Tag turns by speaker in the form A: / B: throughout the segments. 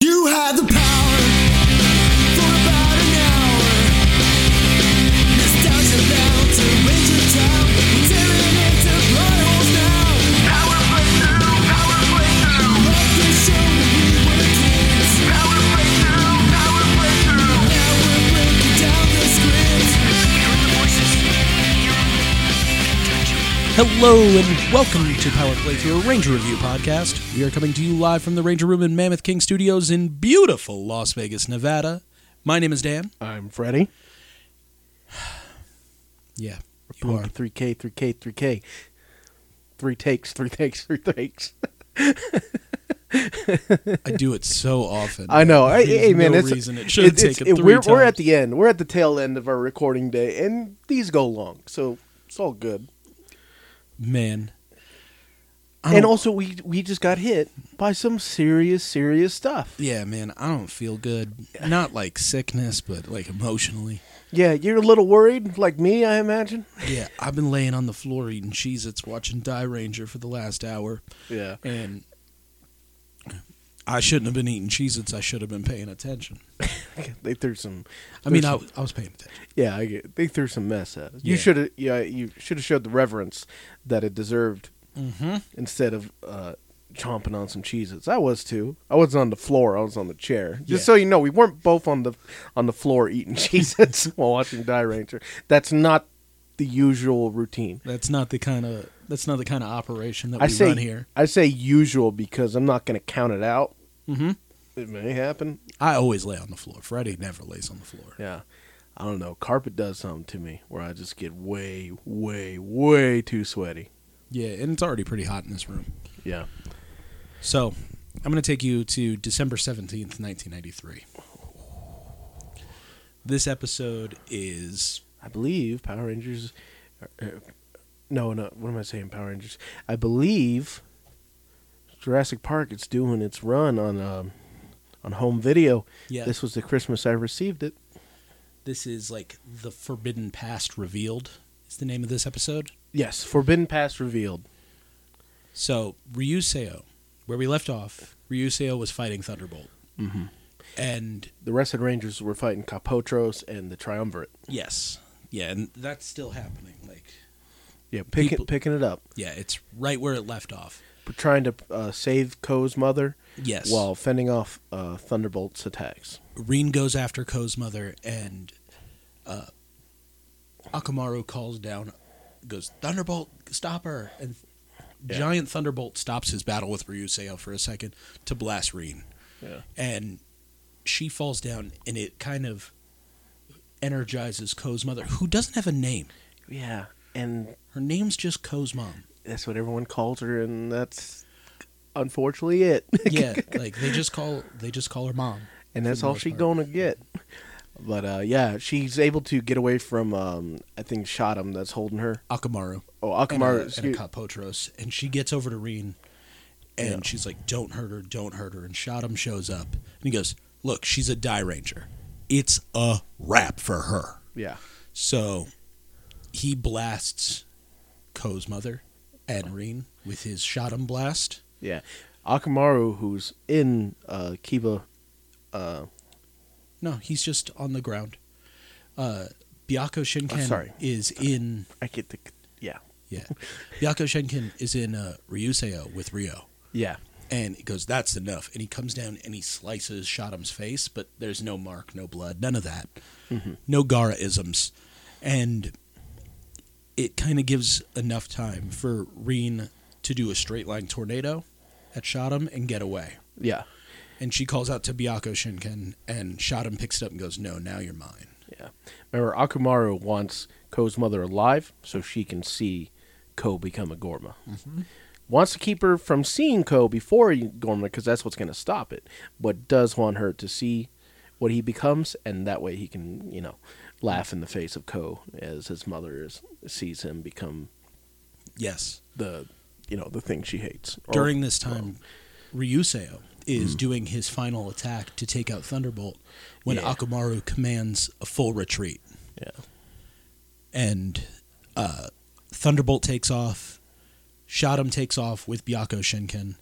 A: had the power for about an hour. Nostalgia bound to Ranger Town. We're tearing into blood holes now. Power playthrough, power playthrough. Love the show when we were kids. Power playthrough, power playthrough. Now we're breaking down the script.
B: Hello and welcome to Power Playthrough, a Ranger Review podcast. We are coming to you live from the Ranger Room in Mammoth King Studios in beautiful Las Vegas, Nevada. My name is Dan.
C: I'm Freddie.
B: Yeah, you are.
C: Boom, 3K, 3K, 3K. Three takes, three takes, three takes.
B: I do it so often.
C: I know. I,
B: There's
C: hey, man,
B: no
C: it's
B: reason it should
C: it's-
B: take
C: it's-
B: it three
C: we're, we're at
B: times.
C: the end. We're at the tail end of our recording day, and these go long, so it's all good.
B: Man. I
C: And
B: don't-
C: also, we we just got hit by some serious, serious stuff.
B: Yeah, man, I don't feel good. Not like sickness, but like emotionally.
C: Yeah, you're a little worried, like me, I imagine.
B: Yeah, I've been laying on the floor eating Cheez Its, watching Die Ranger for the last hour,
C: Yeah.
B: and I shouldn't have been eating Cheez Its. I should have been paying attention.
C: They threw some.
B: I mean,
C: there's
B: I, I was paying attention.
C: Yeah, I get, they threw some mess at us. You
B: Yeah.
C: should have yeah, you should have showed the reverence that it deserved
B: Mm-hmm.
C: instead of uh, chomping on some cheeses. I was too. I wasn't on the floor. I was on the chair. Just
B: Yeah.
C: so you know, we weren't both on the on the floor eating cheeses while watching Die Ranger. That's not the usual routine.
B: That's not the kind of that's not the kind of operation that
C: I
B: we
C: say
B: run here.
C: I say usual because I'm not going to count it out.
B: Mm-hmm.
C: It may happen.
B: I always lay on the floor. Freddie never lays on the floor.
C: Yeah. I don't know. Carpet does something to me where I just get way, way, way too sweaty.
B: Yeah, and it's already pretty hot in this room.
C: Yeah.
B: So, I'm going to take you to December 17th, 1993. This episode is
C: I believe Power Rangers. Uh, no, no. What am I saying? Power Rangers. I believe Jurassic Park. It's doing its run on um, on home video.
B: yeah,
C: This
B: this,
C: was the Christmas I received it.
B: is like The Forbidden Past Revealed is the name of this episode.
C: Yes, Forbidden Pass revealed.
B: So, Ryuseo, where we left off, Ryuseo was fighting Thunderbolt.
C: Mm-hmm.
B: And
C: The rest of the Rangers were fighting Capotros and the Triumvirate.
B: yes, yeah, and that's still happening. Like,
C: Yeah, picking
B: People-
C: picking it up.
B: yeah, it's right where it left off.
C: We're trying to uh, save Ko's mother
B: Yes.
C: while fending off uh, Thunderbolt's attacks.
B: Reen goes after Ko's mother, and uh, Akamaru calls down, goes, Thunderbolt, stop her. And
C: Yeah.
B: Giant Thunderbolt stops his battle with Ryuseo for a second to blast Reen.
C: Yeah.
B: And she falls down, and it kind of energizes Ko's mother, who doesn't have a name.
C: Yeah, and
B: Her name's just Ko's mom.
C: that's what everyone calls her, and that's unfortunately it.
B: Yeah, like they just call they just call her mom.
C: and
B: for
C: that's
B: the
C: all
B: most
C: she
B: part.
C: gonna get. But uh, yeah, she's able to get away from um, I think Shotum that's holding her.
B: Akamaru.
C: Oh,
B: and
C: Akamaru.
B: a, and
C: excuse-
B: a Kapotros, and she gets over to Reen, and
C: Yeah.
B: she's like, "Don't hurt her, don't hurt her." And Shotum shows up, and he goes, "Look, she's a Die Ranger. It's a wrap for her."
C: yeah,
B: So he blasts Ko's mother and Reen with his Shotum blast.
C: yeah. Akamaru, who's in uh, Kiba, uh,
B: No, he's just on the ground. Uh, Byako Shinken
C: Oh, sorry.
B: is in
C: I get the yeah,
B: yeah. Byako Shinken is in uh, Ryuseo with Ryo.
C: yeah,
B: and he goes, "That's enough." And he comes down and he slices Shottam's face, but there's no mark, no blood, none of that, no Gara-isms, and it kind of gives enough time for Reen to do a straight line tornado at Shottam and get away.
C: yeah,
B: And she calls out to Byako Shinken, and Shottam picks it up and goes, "No, now you're mine."
C: yeah. Remember, Akamaru wants Ko's mother alive so she can see Ko become a Gorma. Wants to keep her from seeing Ko before he- Gorma because that's what's gonna stop it. But does want her to see what he becomes, and that way he can, you know, laugh in the face of Ko as his mother is, sees him become
B: Yes.
C: the, you know, the thing she hates. Or-
B: During this time, Ryuseo is doing his final attack to take out Thunderbolt when
C: Yeah.
B: Akamaru commands a full retreat.
C: yeah,
B: and uh, Thunderbolt takes off. Shotum takes off with Byako Shinken.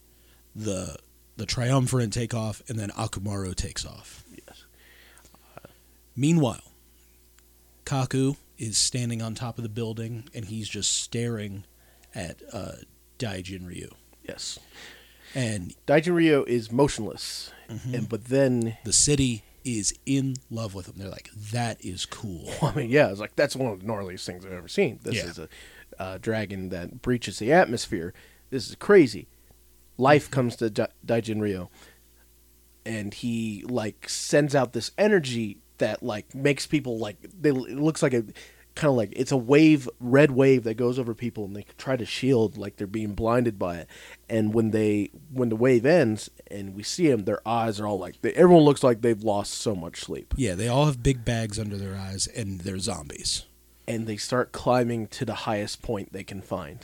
B: The the triumvirate take off, and then Akumaru takes off.
C: Yes.
B: Meanwhile, Kaku is standing on top of the building, and he's just staring at uh, Daijin Ryu.
C: Yes.
B: And
C: Daijin Ryo is motionless, and but then
B: the city is in love with him. They're like, "That is cool."
C: I mean, yeah, it's like that's one of the gnarliest things I've ever seen. This
B: Yeah.
C: is a uh, dragon that breaches the atmosphere. This is crazy. Life comes to da- Daijin Ryo, and he like sends out this energy that like makes people like they. It looks like a kind of like it's a wave, red wave that goes over people, and they try to shield like they're being blinded by it. And when they when the wave ends, and we see them, their eyes are all like they, everyone looks like they've lost so much sleep.
B: Yeah, they all have big bags under their eyes, and they're zombies.
C: and they start climbing to the highest point they can find.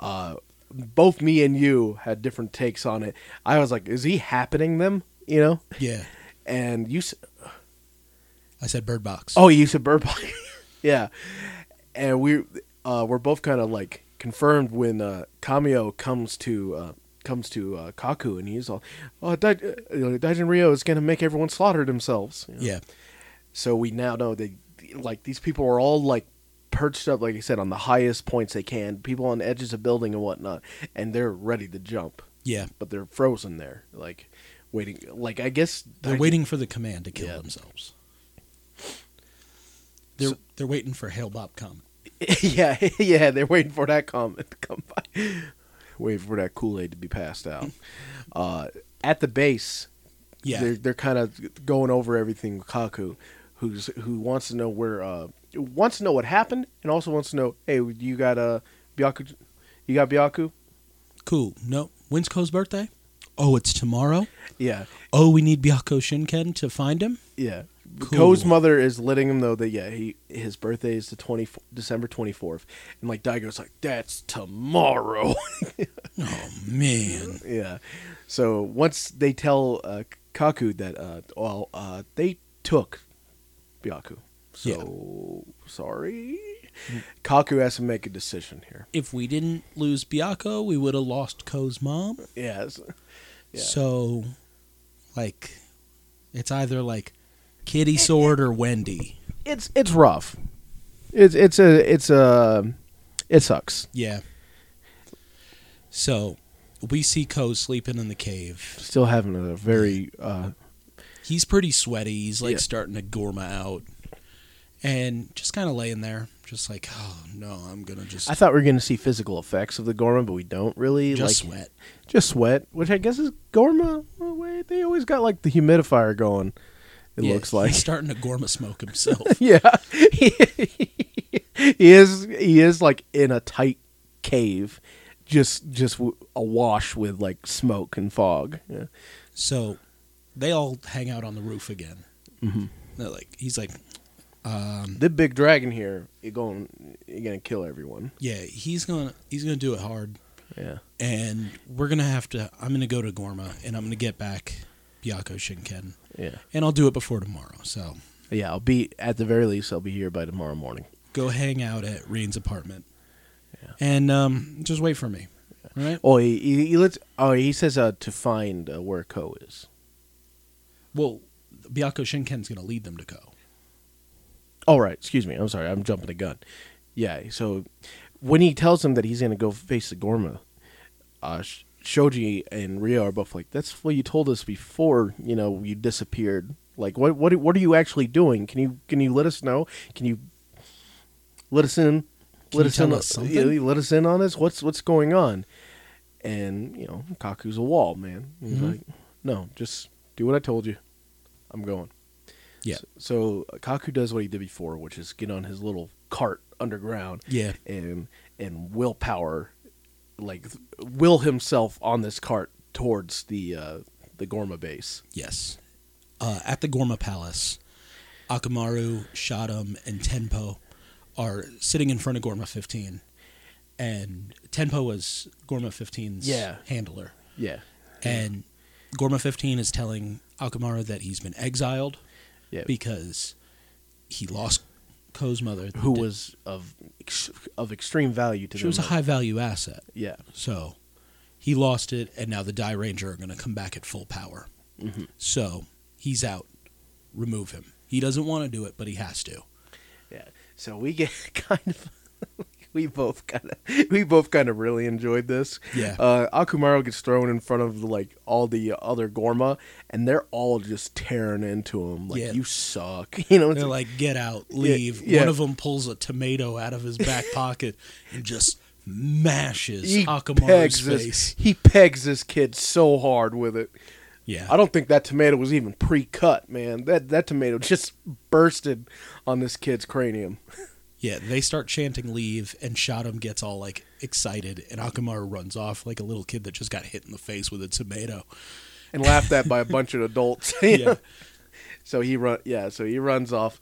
C: Uh, both me and you had different takes on it. I was like, "Is he happening them?" You know,
B: Yeah,
C: and you. s-
B: I said Bird Box.
C: Oh, you said bird box. yeah, and we uh, we're both kind of like confirmed when uh, Kamio comes to uh, comes to uh, Kaku, and he's all, "Oh, Dai- uh, Daijin Ryo is gonna make everyone slaughter themselves." you know?
B: yeah,
C: So we now know that like these people are all like perched up, like I said, on the highest points they can. People on the edges of building and whatnot, and they're ready to jump,
B: yeah.
C: but they're frozen there, like waiting. Like I guess
B: They're
C: I-
B: waiting for the command to kill
C: Yeah.
B: themselves. They're they're waiting for Hail Bob come.
C: yeah, yeah, they're waiting for that comment to come by. Waiting for that Kool Aid to be passed out. uh, at the base,
B: Yeah,
C: they're they're kind of going over everything with Kaku, who's who wants to know where uh wants to know what happened and also wants to know, hey, you got uh Byaku, you got Byaku,
B: cool. No, when's Ko's birthday? Oh, it's tomorrow.
C: yeah,
B: Oh, we need Byako Shinken to find him.
C: yeah.
B: Cool.
C: Ko's mother is letting him know that yeah, he his birthday is the twenty December twenty fourth, and like Daigo's like that's tomorrow,
B: Oh man,
C: yeah. So once they tell uh, Kaku that uh well uh they took Byaku, so sorry. Kaku has to make a decision here.
B: if we didn't lose Byako, we would have lost Ko's mom.
C: Yes. Yeah.
B: So, like, it's either like Kitty Sword or Wendy.
C: It's it's rough. It's it's a it's a it sucks.
B: Yeah. So, we see Ko sleeping in the cave.
C: Still having a very uh
B: He's pretty sweaty. He's like
C: Yeah.
B: starting to gorma out, and just kind of laying there, just like, oh no, I'm gonna just
C: I thought we were going to see physical effects of the Gorma, but we don't really.
B: just
C: like,
B: sweat.
C: Just sweat, which I guess is Gorma. Well, wait, they always got like the humidifier going. It
B: Yeah,
C: looks like.
B: he's starting to gorma smoke himself.
C: yeah. he is he is like in a tight cave, just just w- awash with like smoke and fog. Yeah.
B: So they all hang out on the roof again. Mm-hmm. They're like, he's like,
C: The big dragon here, you going you going to kill everyone.
B: yeah, he's gonna he's gonna do it hard,
C: Yeah.
B: and we're gonna have to. I'm gonna go to Gorma, and I'm gonna get back Byako Shinken,
C: Yeah.
B: and I'll do it before tomorrow. So
C: Yeah, I'll be at the very least I'll be here by tomorrow morning.
B: go hang out at Rain's apartment, and um, just wait for me. All right.
C: Oh, he, he, he lets oh, he says uh, to find uh, where Ko is.
B: Well, Byako Shinken's gonna lead them to Ko.
C: All Oh, right, excuse me. I'm sorry. I'm jumping the gun. Yeah, so when he tells him that he's going to go face the Gorma, uh, Sh- Shoji and Rio are both like, "That's what you told us before, you know, you disappeared. Like what what what are you actually doing? Can you can you let us know? Can you let us in?
B: Can
C: let
B: you
C: us
B: tell
C: in
B: us
C: on-
B: something?"
C: yeah, let us in on this? What's what's going on?" And, you know, Kaku's a wall, man. He's
B: Mm-hmm.
C: like, "No, just do what I told you. I'm going."
B: Yeah.
C: So Kaku does what he did before, which is get on his little cart underground.
B: Yeah.
C: And and willpower, like th- will himself on this cart towards the uh, the Gorma base.
B: Yes. Uh, at the Gorma Palace, Akamaru, Shadam, and Tenpo are sitting in front of Gorma 15. And Tenpo is Gorma 15's
C: Yeah.
B: handler.
C: Yeah.
B: And Gorma 15 is telling Akamaru that he's been exiled
C: Yeah.
B: because he lost Ko's mother.
C: Who was of ex- of extreme value to
B: She
C: them.
B: was a high value asset.
C: Yeah.
B: So He lost it, and now the Die Ranger are going to come back at full power.
C: Mm-hmm.
B: So he's out. Remove him. He doesn't want to do it, but he has to.
C: Yeah. So we get kind of we both kind of we both kind of really enjoyed this.
B: Yeah.
C: Uh, Akumaru gets thrown in front of like all the other Gorma, and they're all just tearing into him like
B: Yeah.
C: you suck. You know. It's
B: They're
C: like,
B: like, get out, leave.
C: yeah.
B: One of them pulls a tomato out of his back pocket and just mashes
C: he
B: Akamaru's
C: pegs this.
B: face.
C: He pegs this kid so hard with it.
B: Yeah.
C: I don't think that tomato was even pre-cut, man. That that tomato just bursted on this kid's cranium.
B: Yeah, they start chanting leave, and Shaddam gets all like excited, and Akamaru runs off like a little kid that just got hit in the face with a tomato.
C: and laughed at by a bunch of adults.
B: Yeah.
C: So he run yeah, so he runs off.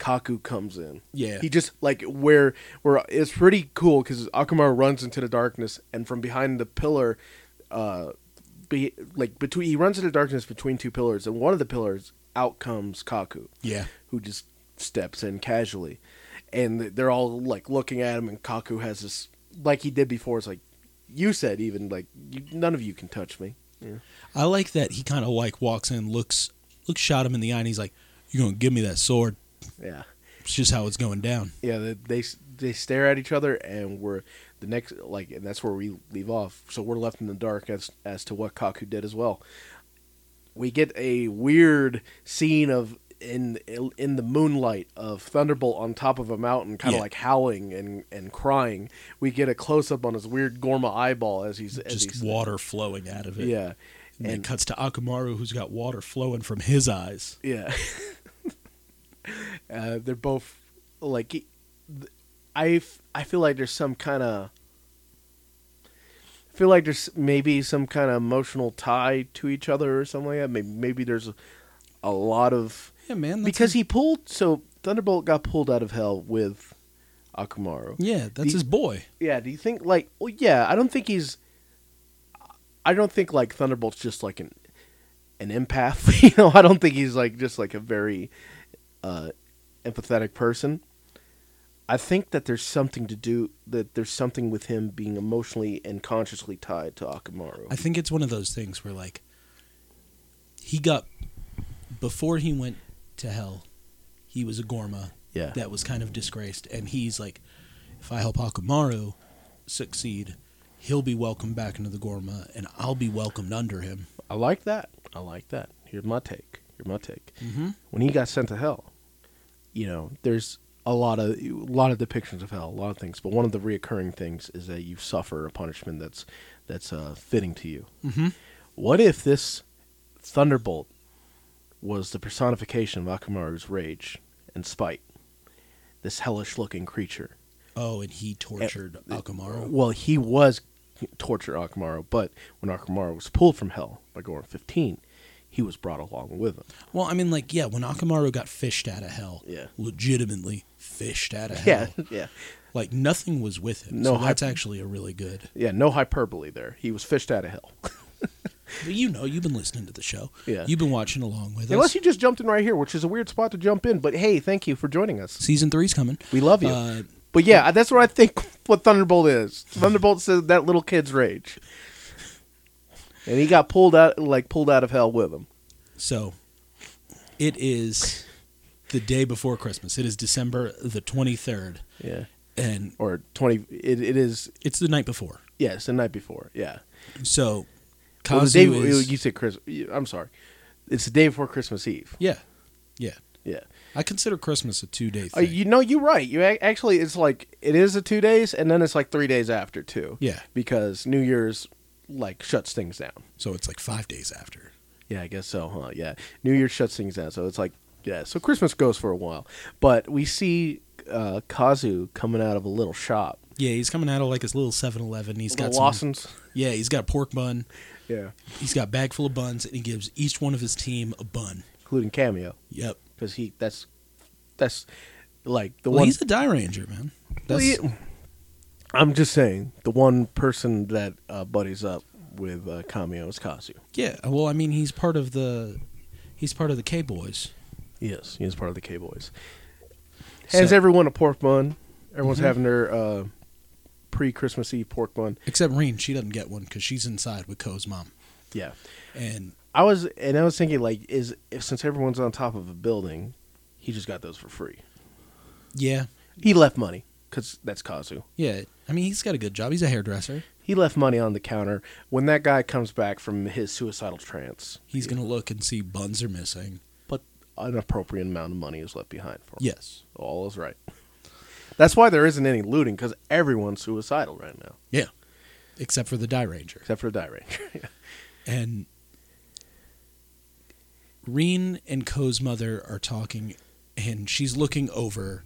C: Kaku comes in.
B: Yeah.
C: He just like where where it's pretty cool cuz Akamaru runs into the darkness and from behind the pillar uh be, like between he runs into the darkness between two pillars and one of the pillars out comes Kaku
B: Yeah.
C: who just steps in casually. And they're all like looking at him, and Kaku has this, like he did before. It's like, you said, even like, you, none of you can touch me.
B: I like that he kind of like walks in, looks looks Shaddam in the eye, and he's like, "You're gonna give me that sword."
C: Yeah.
B: It's just how it's going down.
C: yeah they, they they stare at each other and we're the next like and that's where we leave off so we're left in the dark as as to what kaku did as well we get a weird scene of in in the moonlight of thunderbolt on top of a mountain kind of
B: Yeah.
C: like howling and and crying we get a close up on his weird gorma eyeball as he's as
B: Just
C: he's,
B: water flowing out of it.
C: yeah
B: And, then it cuts to Akamaru, who's got water flowing from his eyes.
C: Yeah. uh, they're both like e, th- I f- I feel like there's some kind of feel like there's maybe some kind of emotional tie to each other or something like that. Maybe maybe there's a, a lot of
B: Yeah, man. That's
C: because he pulled so Thunderbolt got pulled out of hell with Akumaru.
B: his, yeah, that's
C: the-
B: his boy.
C: Yeah, do you think like well yeah, I don't think he's I don't think like Thunderbolt's just like an an empath, you know. I don't think he's like just like a very uh empathetic person. I think that there's something to do that there's something with him being emotionally and consciously tied to Akamaru.
B: I think it's one of those things where like he got before he went to hell, he was a Gorma
C: yeah.
B: that was kind of disgraced, and he's like, if I help Akamaru succeed, he'll be welcomed back into the Gorma, and I'll be welcomed under him.
C: I like that. I like that. Here's my take. Here's my take.
B: Mm-hmm.
C: when he got sent to hell, you know, there's a lot of a lot of depictions of hell, a lot of things, but one of the reoccurring things is that you suffer a punishment that's that's uh, fitting to you.
B: Mm-hmm.
C: What if this thunderbolt was the personification of Akamaru's rage and spite? This hellish-looking creature.
B: Oh, and he tortured Akamaru.
C: Well, he was torture Akamaru, but when Akamaru was pulled from hell by Gorm 15, he was brought along with him.
B: Well, I mean, like, yeah, when Akamaru got fished out of hell,
C: Yeah.
B: legitimately fished out of
C: Yeah,
B: hell,
C: yeah.
B: like nothing was with him.
C: No
B: so that's
C: hype-
B: actually a really good.
C: Yeah, no hyperbole there. He was fished out of hell.
B: But you know, you've been listening to the show.
C: Yeah.
B: You've been watching along with
C: Unless
B: us.
C: you just jumped in right here, which is a weird spot to jump in, but hey, thank you for joining us.
B: Season three's coming.
C: We love you.
B: Uh,
C: but yeah, I- that's what I think what Thunderbolt is. Thunderbolt says that little kid's rage. And he got pulled out like pulled out of hell with him.
B: So it is the day before Christmas. It is December the 23rd,
C: Yeah.
B: and
C: Or 20 it, it is
B: it's the night before.
C: yes, the night before. Yeah.
B: So
C: Well, the
B: Kazu
C: day
B: is.
C: you said Christmas. I'm sorry. It's the day before Christmas Eve.
B: yeah. Yeah.
C: Yeah.
B: I consider Christmas a two day
C: Uh,
B: thing.
C: you know, you're right. You ac- actually, it's like it is the two days, and then it's like three days after too.
B: Yeah.
C: because New Year's like shuts things down.
B: so it's like five days after.
C: Yeah, I guess so, huh? Yeah, New Year's shuts things down, so it's like yeah. So Christmas goes for a while, but we see uh, Kazu coming out of a little shop.
B: Yeah, he's coming out of like his little 7 Eleven. He's
C: Little
B: got some,
C: Lawson's.
B: Yeah, he's got a pork bun.
C: Yeah,
B: He's got a bag full of buns, and he gives each one of his team a bun.
C: including Cameo,
B: Yep.
C: because he that's that's like the
B: Well,
C: one.
B: he's a Die Ranger, man.
C: Well,
B: That's,
C: he- I'm just saying, the one person that uh, buddies up with uh, Cameo is Kazu.
B: yeah. Well, I mean, he's part of the. He's part of the K Boys.
C: Yes, he is part of the K Boys. Hands
B: So- Mm-hmm.
C: everyone a pork bun. Everyone's having their uh, pre-Christmas Eve pork bun.
B: Except Reen, she doesn't get one because she's inside with Co's mom.
C: Yeah,
B: And
C: I was and I was thinking like, is if since everyone's on top of a building, he just got those for free.
B: yeah,
C: He left money because that's Kazu.
B: yeah. I mean, he's got a good job. He's a hairdresser.
C: He left money on the counter. When that guy comes back from his suicidal trance,
B: He's gonna look and see buns are missing.
C: but an appropriate amount of money is left behind for him.
B: Yes.
C: all is right. That's why there isn't any looting because everyone's suicidal right now,
B: Yeah. Except for the Die Ranger.
C: except for the die ranger.
B: And Reen and Ko's mother are talking, and she's looking over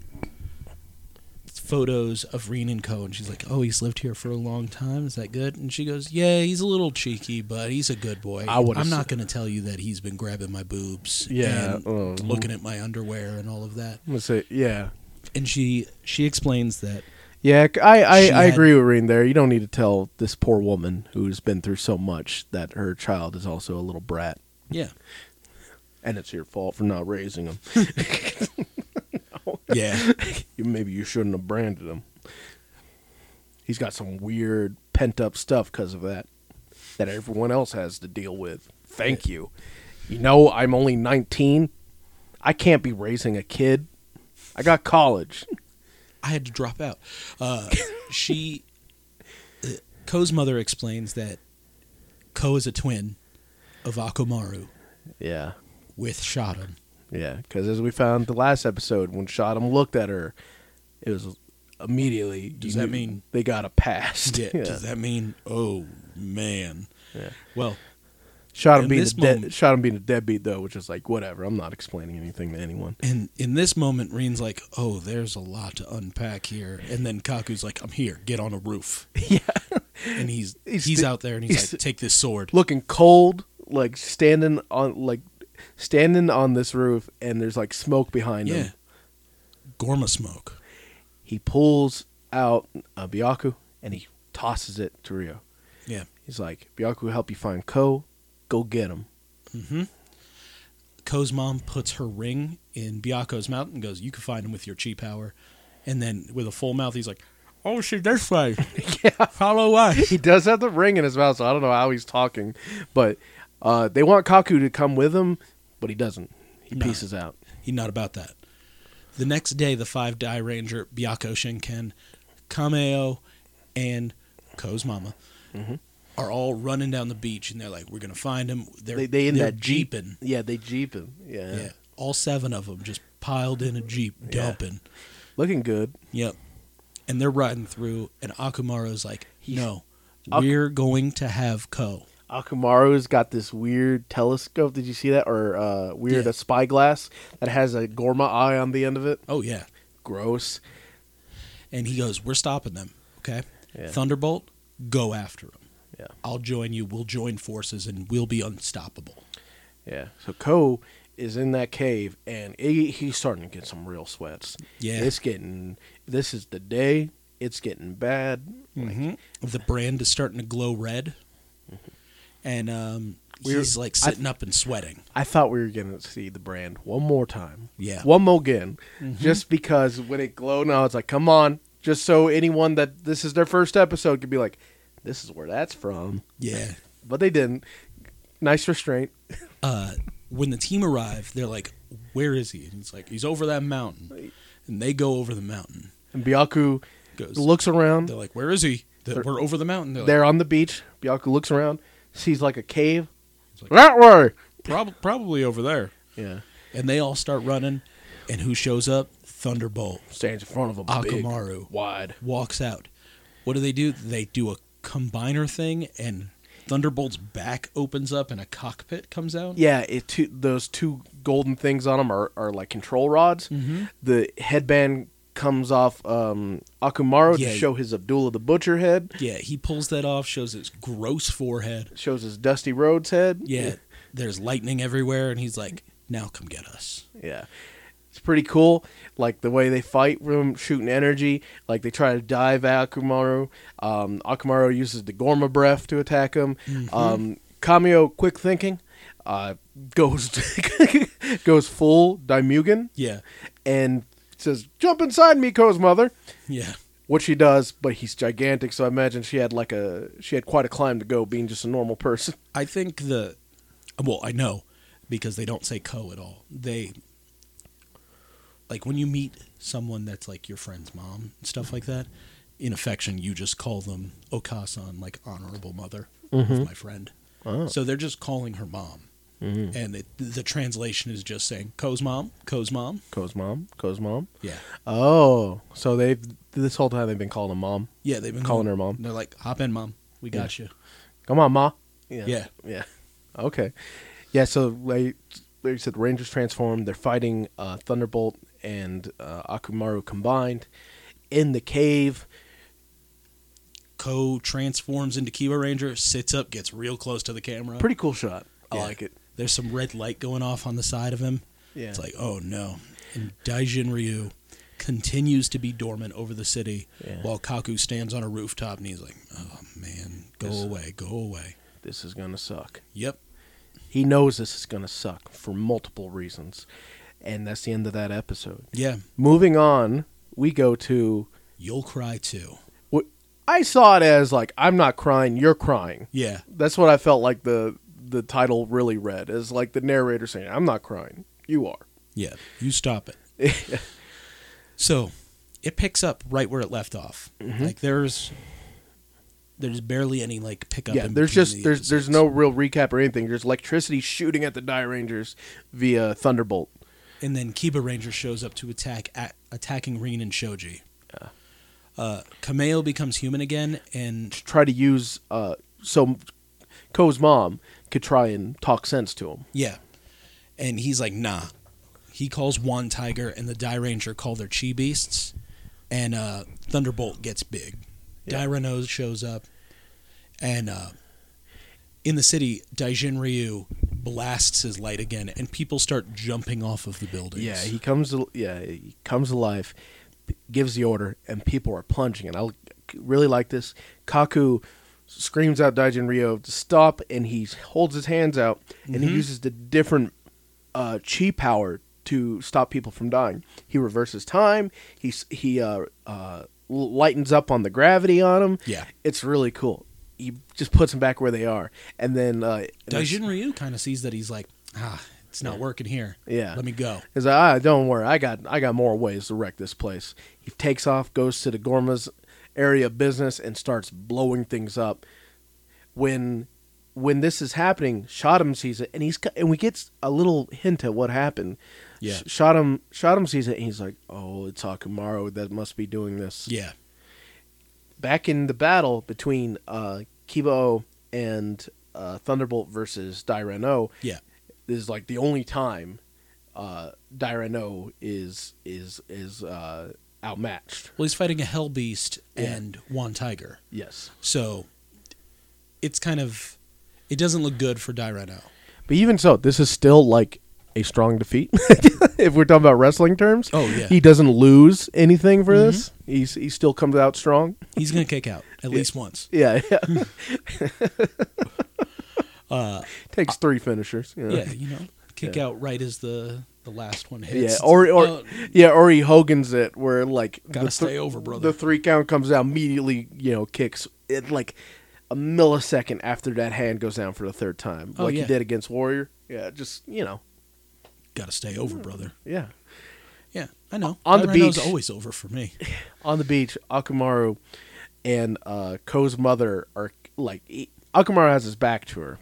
B: photos of Reen and Co. And she's like, "Oh, he's lived here for a long time. Is that good?" And she goes, "Yeah, he's a little cheeky, but he's a good boy.
C: I would've
B: I'm not
C: said-
B: going to tell you that he's been grabbing my boobs,
C: Yeah,
B: and
C: oh.
B: looking at my underwear and all of that."
C: I'm gonna say, yeah,
B: And she she explains that
C: Yeah, c- I, I,
B: She
C: I
B: had-
C: agree with Reen there. You don't need to tell this poor woman who's been through so much that her child is also a little brat.
B: yeah
C: And it's your fault for not raising him.
B: yeah
C: You- Maybe you shouldn't have branded him. He's got some weird pent up stuff because of that, that everyone else has to deal with. Thank you. You know, I'm only 19. I can't be raising a kid. I got college.
B: I had to drop out. Uh, she, Ko's mother explains that Ko is a twin of Akomaru
C: Yeah.
B: with Shodan.
C: Yeah, because as we found the last episode, when Shodom looked at her, it was immediately. you
B: Does that
C: knew
B: mean-
C: they got a pass?
B: Yeah, Does that mean, oh man?
C: Yeah.
B: Well,
C: Shodom
B: in
C: being a
B: this
C: dead,
B: moment-
C: Shodom being a deadbeat though, which is like whatever. I'm not explaining anything to anyone.
B: and in this moment, Reen's like, oh, there's a lot to unpack here, and then Kaku's like, I'm here, get on a roof. Yeah. And he's
C: He's
B: he's,
C: sti-
B: out there, and he's,
C: he's-
B: like, take this sword.
C: Looking cold, like standing on like standing on this roof, and there's like smoke behind
B: yeah.
C: him.
B: Gorma smoke.
C: He pulls out a Byaku and he tosses it to Rio.
B: Yeah.
C: He's like, "Byaku, will help you find Ko. Go get him."
B: Ko's mom puts her ring in Biako's mouth and goes, "You can find him with your chi power." And then with a full mouth, he's like, "Oh, she this way. yeah, follow us."
C: he does have the ring in his mouth, so I don't know how he's talking. But uh, they want Kaku to come with him, but he doesn't. He
B: No.
C: pieces out.
B: He's not about that. The next day, the five die ranger Biako Shinken, Kameo, and Ko's mama
C: Mm-hmm.
B: are all running down the beach, and they're like, "We're gonna find him." They're
C: They they in
B: they're
C: that jeep.
B: jeeping.
C: Yeah, they jeeping. Yeah.
B: Yeah, all seven of them just piled in a jeep, dumping.
C: looking good.
B: Yep. And they're riding through, and Akumaro's like,
C: He's-
B: no,
C: Ak-
B: we're going to have Ko.
C: Akamaru's got this weird telescope. Did you see that? Or uh, weird
B: Yeah.
C: a spyglass that has a Gorma eye on the end of it.
B: Oh, yeah.
C: Gross.
B: And he goes, we're stopping them. Okay.
C: Yeah.
B: Thunderbolt, go after them.
C: Yeah.
B: I'll join you. We'll join forces and we'll be unstoppable.
C: Yeah. So Ko is in that cave, and he, he's starting to get some real sweats.
B: Yeah.
C: It's getting. This is the day. It's getting bad. Like,
B: The brand is starting to glow red. And um,
C: We're-
B: he's like
C: I-
B: sitting up and sweating.
C: I thought we were gonna see the brand one more time.
B: Yeah. Mm-hmm.
C: One more again. Just because when it glowed now it's like, come on. Just so anyone that this is their first episode could be like, This is where that's from.
B: Yeah.
C: But they didn't. Nice restraint.
B: uh, when the team arrive, they're like, where is he? And he's like, he's over that mountain. And they go over the mountain.
C: And Byaku
B: Goes,
C: looks around.
B: They're like, "Where is he?" That we're over the mountain. They're,
C: They're on the beach. Byaku looks around, sees like a cave.
B: It's like-
C: that way.
B: like, "Prob- probably over there.
C: Yeah.
B: And they all start running, and who shows up? Thunderbolt
C: Stands in front of a big,
B: Akamaru
C: wide.
B: walks out. What do they do? They do a combiner thing, and Thunderbolt's back opens up, and a cockpit comes out.
C: Yeah, it two, those two golden things on them are, are like control rods.
B: Mm-hmm.
C: The headband comes off um, Akumaru
B: Yeah.
C: to show his Abdullah the Butcher head,
B: Yeah, he pulls that off, shows his gross forehead.
C: shows his Dusty Rhodes head.
B: Yeah, there's lightning everywhere, and he's like, "Now come get us."
C: Yeah. It's pretty cool. Like the way they fight with him, shooting energy. Like they try to dive at Akumaru. Um, Akumaru uses the Gorma breath to attack him. Um, Kamio, quick thinking, uh, goes goes full Daimugen
B: Yeah,
C: and says, "Jump inside Miko's mother."
B: yeah.
C: what she does, but he's gigantic, so I imagine she had like a she had quite a climb to go being just a normal person.
B: I think the well, I know because they don't say co at all. They like when you meet someone that's like your friend's mom and stuff like that. In affection, you just call them Okasan, like honorable mother
C: Mm-hmm.
B: of my friend.
C: Oh.
B: So they're just calling her mom,
C: Mm-hmm.
B: and it, the translation is just saying Ko's mom, Ko's mom.
C: Co's mom, Co's mom.
B: Yeah,
C: Oh, so they've this whole time they've been calling him mom.
B: yeah. They've been
C: Calling her mom.
B: They're like, hop in, mom. We got you.
C: Come on, ma.
B: Yeah.
C: Yeah. Okay. Yeah, so like, like you said, the Rangers transform. They're fighting uh, Thunderbolt and uh, Akumaru combined in the cave.
B: Ko transforms into Kiwa Ranger, sits up, gets real close to the camera.
C: Pretty cool shot. I
B: Yeah.
C: like it.
B: There's some red light going off on the side of him.
C: Yeah.
B: It's like, oh no. And Daijin Ryu continues to be dormant over the city
C: Yeah.
B: while Kaku stands on a rooftop and he's like, oh man, go
C: Yes.
B: away, go away.
C: this is going to suck.
B: Yep.
C: He knows this is going to suck for multiple reasons. And that's the end of that episode.
B: Yeah.
C: Moving on, we go to
B: You'll cry too.
C: what I saw it as like, I'm not crying, you're crying.
B: Yeah.
C: That's what I felt like the the title really read is like the narrator saying, "I'm not crying, you are."
B: Yeah. You stop it. So it picks up right where it left off.
C: Mm-hmm.
B: Like there's there's barely any like pickup.
C: yeah,
B: in
C: there's
B: between
C: just
B: the
C: there's there's
B: episodes.
C: no real recap or anything. There's electricity shooting at the Die Rangers via Thunderbolt.
B: and then Kiba Ranger shows up to attack at, attacking Rin and Shoji. Uh, Kameo becomes human again, and
C: To try to use uh so Ko's mom could try and talk sense to him.
B: yeah, and he's like, nah. He calls Wan Tiger and the Die Ranger call their Chi Beasts, and uh, Thunderbolt gets big.
C: Yeah.
B: Dairano shows up, and uh, in the city, Daijin Ryu blasts his light again, and people start jumping off of the buildings.
C: Yeah, he comes al- yeah, he comes alive, p- gives the order and people are plunging and I l- really like this. Kaku screams out Daijin Ryo to stop and he holds his hands out and
B: Mm-hmm.
C: he uses the different uh, chi power to stop people from dying. He reverses time. He s- he uh, uh, l- lightens up on the gravity on him.
B: Yeah.
C: it's really cool. He just puts them back where they are, and then uh,
B: Daijin Ryu kind of sees that he's like, ah, it's not working here.
C: Yeah.
B: Let me go.
C: He's like, ah, don't worry, I got I got more ways to wreck this place. He takes off, goes to the Gorma's area of business, and starts blowing things up. When when this is happening, Shotum sees it, and he's co- and we get a little hint at what happened.
B: Yeah.
C: Sh- Shotum Shotum sees it, and he's like, "Oh, it's Hakumaru that must be doing this."
B: Yeah.
C: Back in the battle between uh, Kibo and uh, Thunderbolt versus Daireno,
B: Yeah.
C: this is like the only time uh Daireno is is is uh outmatched.
B: Well, he's fighting a hell beast
C: Yeah.
B: and one tiger.
C: Yes.
B: So it's kind of, it doesn't look good for Daireno.
C: But even so, this is still like a strong defeat. if we're talking about wrestling terms.
B: Oh, yeah.
C: He doesn't lose anything for this. He's he still comes out strong.
B: He's going to kick out at least once.
C: Yeah, yeah. Uh, Takes three finishers. you know.
B: Yeah. You know, kick out right as the, the last one hits.
C: Yeah, or or
B: Oh,
C: yeah, or he Hogan's it where like
B: Gotta
C: the
B: stay over, brother.
C: The three count comes out immediately, you know, kicks it like a millisecond after that hand goes down for the third time,
B: Oh,
C: like
B: yeah.
C: he did against Warrior. Yeah, just you know,
B: gotta stay over, brother.
C: yeah.
B: Yeah, I know.
C: On the
B: Daireno's
C: beach.
B: always over for me.
C: On the beach, Akamaru and uh, Ko's mother are like he, Akamaru has his back to her.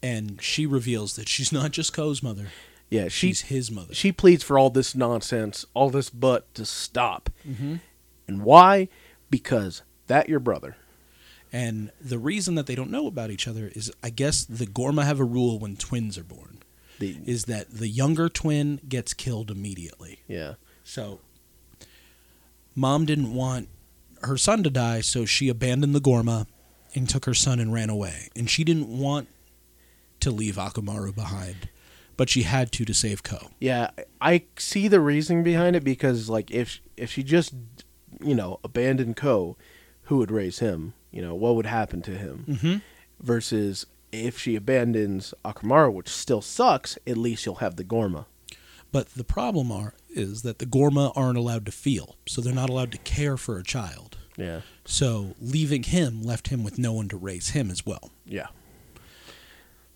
B: And she reveals that she's not just Ko's mother.
C: Yeah, she
B: She's his mother.
C: she pleads for all this nonsense, all this butt to stop.
B: Mm-hmm.
C: And why? Because that your brother.
B: And the reason that they don't know about each other is, I guess, the Gorma have a rule when twins are born
C: The,
B: is that the younger twin gets killed immediately.
C: yeah.
B: So, mom didn't want her son to die, so she abandoned the Gorma and took her son and ran away. And she didn't want to leave Akamaru behind, but she had to to save Ko.
C: Yeah, I see the reasoning behind it because like if if she just you know abandoned Co, who would raise him? You know what would happen to him? Mm-hmm. Versus if she abandons Akamaru, which still sucks, at least you'll have the Gorma.
B: But the problem are is that the Gorma aren't allowed to feel, so they're not allowed to care for a child.
C: Yeah.
B: So leaving him left him with no one to raise him as well.
C: Yeah.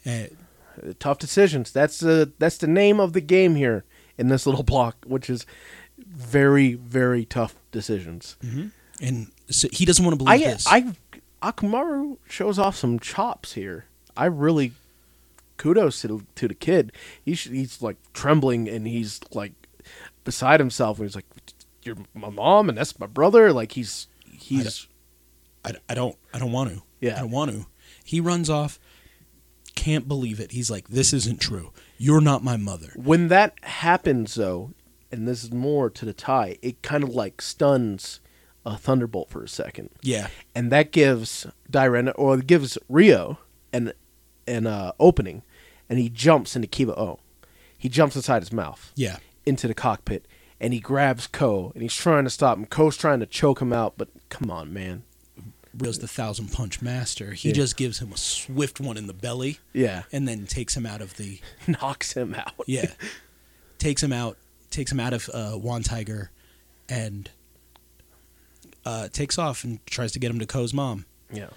B: Uh,
C: Uh, tough decisions. That's the that's the name of the game here in this little block, which is very very tough decisions.
B: and so he doesn't want to believe
C: Mm-hmm. I
B: this.
C: I Akamaru shows off some chops here. I really kudos to the, to the kid. He's he's like trembling and he's like beside himself. He's like, "You're my mom and that's my brother." Like he's he's
B: I, I don't I don't want to.
C: Yeah.
B: I don't want to. He runs off. Can't believe it. He's like, this isn't true. You're not my mother.
C: when that happens though, and this is more to the tie. It kind of like stuns a thunderbolt for a second.
B: Yeah.
C: and that gives Diren or it gives Rio an an uh, opening, and he jumps into Kiba O. He jumps inside his mouth
B: Yeah.
C: into the cockpit, and he grabs Ko, and he's trying to stop him. Ko's trying to choke him out, but come on, man.
B: Rio's the thousand punch master. He
C: Yeah.
B: just gives him a swift one in the belly
C: Yeah,
B: and then takes him out of the
C: knocks him out.
B: yeah. takes him out takes him out of uh Wan Tiger and uh takes off and tries to get him to Ko's mom.
C: yeah,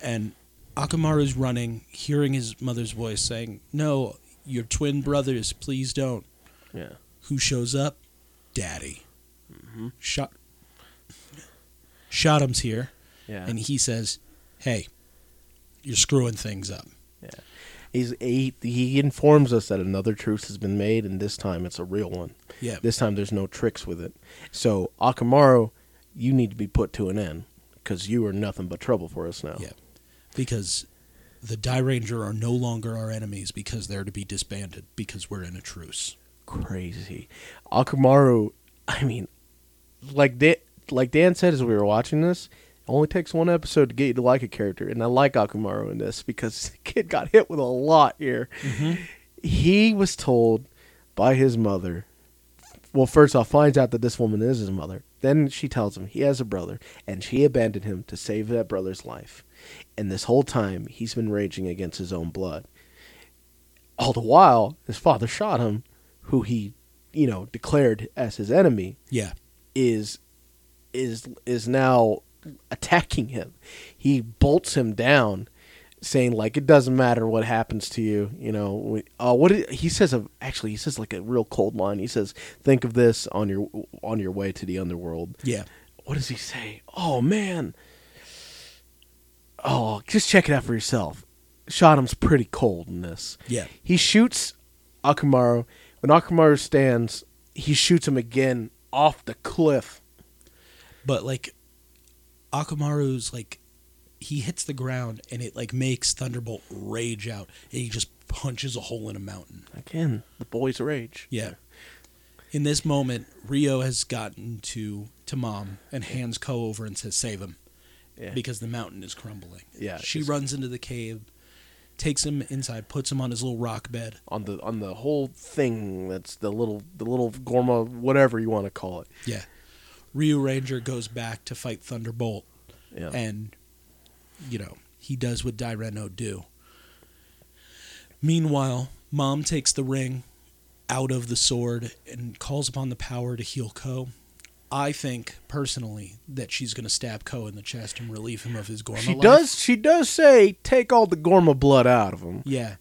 B: and Akamaru's running, hearing his mother's voice saying, "No, your twin brothers, please don't."
C: yeah.
B: Who shows up? Daddy. Shot. Shottam's here,
C: Yeah.
B: and he says, "Hey, you're screwing things up."
C: He's he, he informs us that another truce has been made, and this time it's a real one.
B: Yeah.
C: This time there's no tricks with it. So Akamaru, you need to be put to an end because you are nothing but trouble for us now.
B: Yeah, because the Die Ranger are no longer our enemies because they're to be disbanded because we're in a truce.
C: Crazy. Akamaru, I mean, like da- like Dan said as we were watching this, it only takes one episode to get you to like a character, and I like Akamaru in this because the kid got hit with a lot here. He was told by his mother. Well, first off, finds out that this woman is his mother. Then she tells him he has a brother, and she abandoned him to save that brother's life. And this whole time, he's been raging against his own blood. All the while, his father shot him, who he, you know, declared as his enemy
B: Yeah,
C: is is is now attacking him. He bolts him down, saying like it doesn't matter what happens to you. You know, we- uh, what did, he says. A, actually, he says like a real cold line. He says, "Think of this on your on your way to the underworld."
B: yeah.
C: What does he say? Oh man. Oh, just check it out for yourself. Shottam's pretty cold in this.
B: Yeah.
C: He shoots Akamaru. When Akamaru stands, he shoots him again off the cliff.
B: but like Akamaru's like he hits the ground and it like makes Thunderbolt rage out and he just punches a hole in a mountain.
C: Again, the boy's rage.
B: Yeah. In this moment, Rio has gotten to to mom and hands Ko over and says, "Save him,"
C: Yeah.
B: because the mountain is crumbling.
C: Yeah,
B: she
C: it's-
B: runs into the cave, takes him inside, puts him on his little rock bed.
C: on the on the whole thing that's the little the little Gorma whatever you want to call it.
B: Yeah, Rio Ranger goes back to fight Thunderbolt,
C: Yeah.
B: and you know he does what Daireno do. Meanwhile, Mom takes the ring out of the sword and calls upon the power to heal Ko. I think personally that she's going to stab Ko in the chest and relieve him of his Gorma.
C: she
B: life.
C: does she does say take all the Gorma blood out of him.
B: yeah.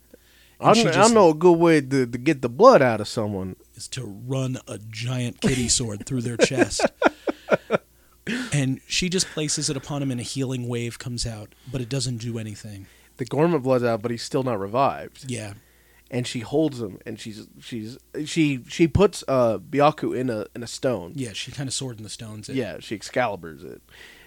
B: And
C: I
B: she
C: don't, I
B: just
C: know a good way to, to get the blood out of someone.
B: is to run a giant kitty sword through their chest. And she just places it upon him, and a healing wave comes out, but it doesn't do anything.
C: The Gorma blood's out, but he's still not revived.
B: Yeah,
C: And she holds him, and she's she's she she puts uh Byaku in a in a stone.
B: yeah, she kind of sword in the stones. It.
C: Yeah, she Excalibur's it.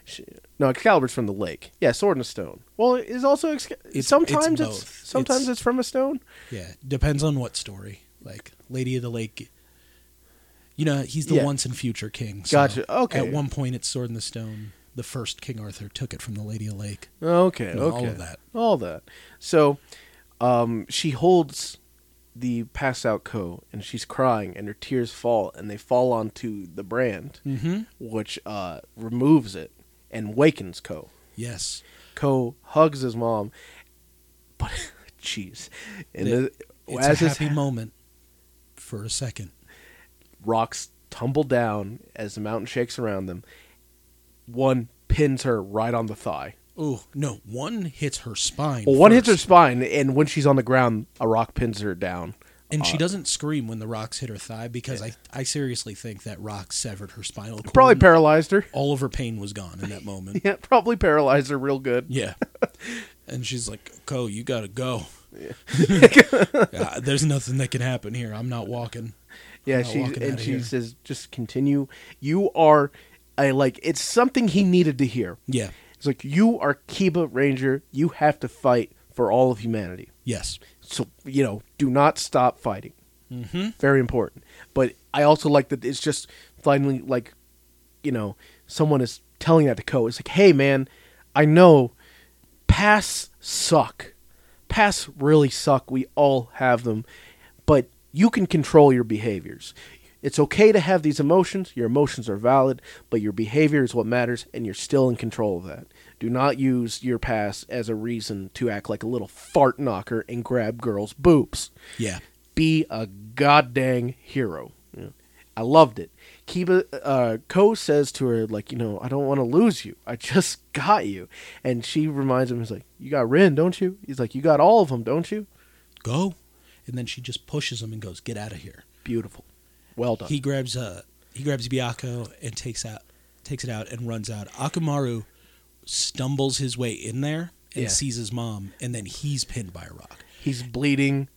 C: She, no, Excalibur's from the lake. Yeah, sword and a stone. Well, it is also Exca-
B: it's
C: sometimes it's,
B: both. It's-
C: sometimes it's from a stone.
B: Yeah, depends on what story. Like Lady of the Lake. You know, he's the
C: Yeah.
B: once and future king. So
C: Gotcha. Okay.
B: At one point, it's Sword in the Stone. The first King Arthur took it from the Lady of the Lake.
C: Okay,
B: You know,
C: okay.
B: all of that.
C: All that. So um, she holds the pass out co and she's crying and her tears fall and they fall onto the brand
B: Mm-hmm.
C: which uh, removes it and wakens co
B: Yes.
C: co hugs his mom but jeez and
B: It-
C: the-
B: It's
C: as
B: a
C: this
B: happy
C: ha-
B: moment for a second.
C: Rocks tumble down as the mountain shakes around them. One pins her right on the thigh.
B: Oh no! One hits her spine.
C: Well, one hits her
B: first,
C: spine, and when she's on the ground, a rock pins her down.
B: and
C: uh,
B: she doesn't scream when the rocks hit her thigh because I, I seriously think that rock severed her spinal cord.
C: Probably
B: and
C: paralyzed her.
B: all of her pain was gone in that moment.
C: Yeah, probably paralyzed her real good.
B: Yeah. And she's like, Co, you gotta go. Yeah, there's nothing that can happen here. I'm not walking.
C: Yeah,
B: not
C: she
B: walking
C: and
B: outta
C: she
B: here.
C: says, "Just continue. You are, I like it's something he needed to hear.
B: Yeah.
C: It's like you are Kiba Ranger. You have to fight for all of humanity.
B: Yes.
C: So you know, do not stop fighting. Mm-hmm. Very important. But I also like that it's just finally like, you know, someone is telling that to Ko. It's like, hey man, I know pass suck. Pass really suck. We all have them. But you can control your behaviors. It's okay to have these emotions. Your emotions are valid, but your behavior is what matters, and you're still in control of that. Do not use your pass as a reason to act like a little fart knocker and grab girls' boobs.
B: Yeah.
C: Be a goddamn hero. Yeah. I loved it. Kiba uh, Ko says to her, like, you know, I don't want to lose you. I just got you. And she reminds him, he's like, you got Rin, don't you? He's like, you got all of them, don't you?
B: Go. And then she just pushes him and goes, Get out of here.
C: Beautiful. Well done.
B: He grabs uh he grabs Biako and takes out takes it out and runs out. Akamaru stumbles his way in there and
C: Yeah.
B: sees his mom and then he's pinned by a rock.
C: He's bleeding.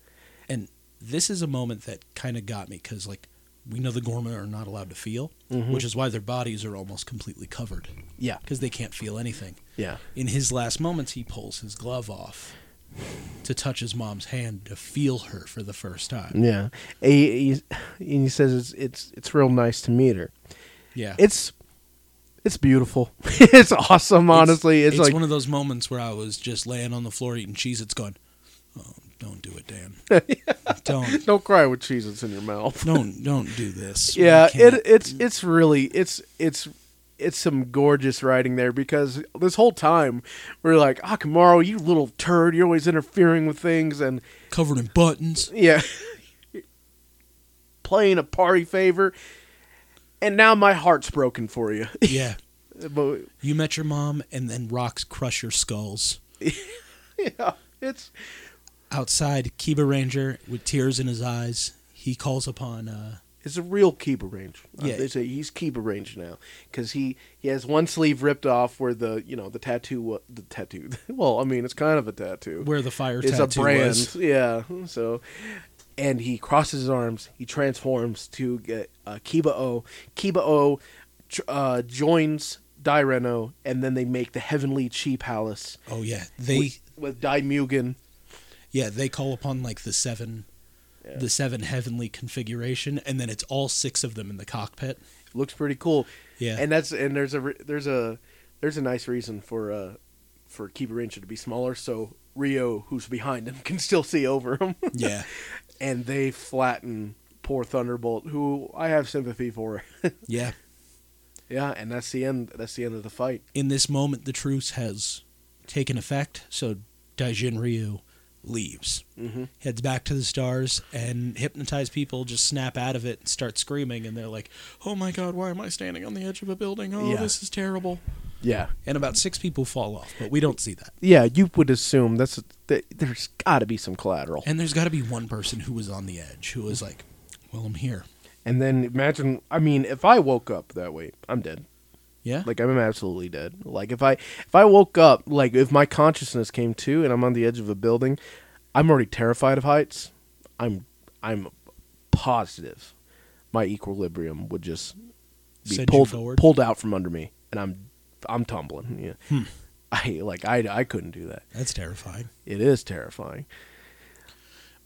B: And this is a moment that kind of got me because, like, we know the Gorma are not allowed to feel,
C: Mm-hmm.
B: which is why their bodies are almost completely covered
C: Yeah.
B: because they can't feel anything.
C: Yeah.
B: In his last moments, he pulls his glove off to touch his mom's hand to feel her for the first time.
C: Yeah. He, he, and he says, it's, it's, it's real nice to meet her.
B: Yeah.
C: It's, it's beautiful. it's awesome, honestly. It's, like,
B: one of those moments where I was just laying on the floor eating cheese. It's going, oh, don't do it, Dan. don't,
C: don't cry with cheeses in your mouth.
B: don't, don't do this. We
C: yeah
B: can't-
C: it, it's it's really it's it's it's some gorgeous writing there because this whole time we're like akamaro you little turd you're always interfering with things and
B: covered in buttons.
C: yeah playing a party favor and now my heart's broken for you
B: Yeah.
C: but
B: You met your mom, and then rocks crush your skulls.
C: yeah it's
B: Outside, Kiba Ranger, with tears in his eyes, he calls upon. Uh,
C: it's a real Kiba Ranger. Yeah,
B: Yeah.
C: they say he's Kiba Ranger now because he he has one sleeve ripped off where the you know the tattoo wa- the tattoo. Well, I mean it's kind of a tattoo.
B: where the fire
C: it's a
B: tattoo
C: brand.
B: was.
C: Yeah. So, and he crosses his arms. He transforms to get uh, Kiba O. Kiba O tr- uh, joins Daireno, and then they make the Heavenly Chi Palace
B: Oh yeah, they
C: with Daimugen.
B: yeah they call upon like the seven, the seven heavenly configuration, and then it's all six of them in the cockpit.
C: Looks pretty cool.
B: Yeah.
C: And that's and there's a re- there's a there's a nice reason for uh for Kiba Ranger to be smaller, so Rio, who's behind him, can still see over him.
B: Yeah,
C: and they flatten poor Thunderbolt, who I have sympathy for.
B: yeah.
C: Yeah, and that's the end. That's the end of the fight.
B: In this moment, the truce has taken effect. So Daijin Ryu leaves, mm-hmm. heads back to the stars, and hypnotized people just snap out of it and start screaming, and they're like, "Oh my god, why am I standing on the edge of a building? Oh,
C: Yeah.
B: this is terrible."
C: Yeah,
B: And about six people fall off, but we don't see that.
C: yeah. You would assume that's that there's got to be some collateral.
B: And there's got to be one person who was on the edge who was like, "Well, I'm here."
C: And then imagine. I mean, if I woke up that way, I'm dead.
B: Yeah.
C: Like I'm absolutely dead. Like if I if I woke up, like if my consciousness came to, and I'm on the edge of a building, I'm already terrified of heights. I'm I'm positive my equilibrium would just be
B: Send you
C: pulled
B: forward?
C: pulled out from under me, and I'm I'm tumbling. Yeah.
B: Hmm.
C: I like I I couldn't do that.
B: that's terrifying.
C: It is terrifying.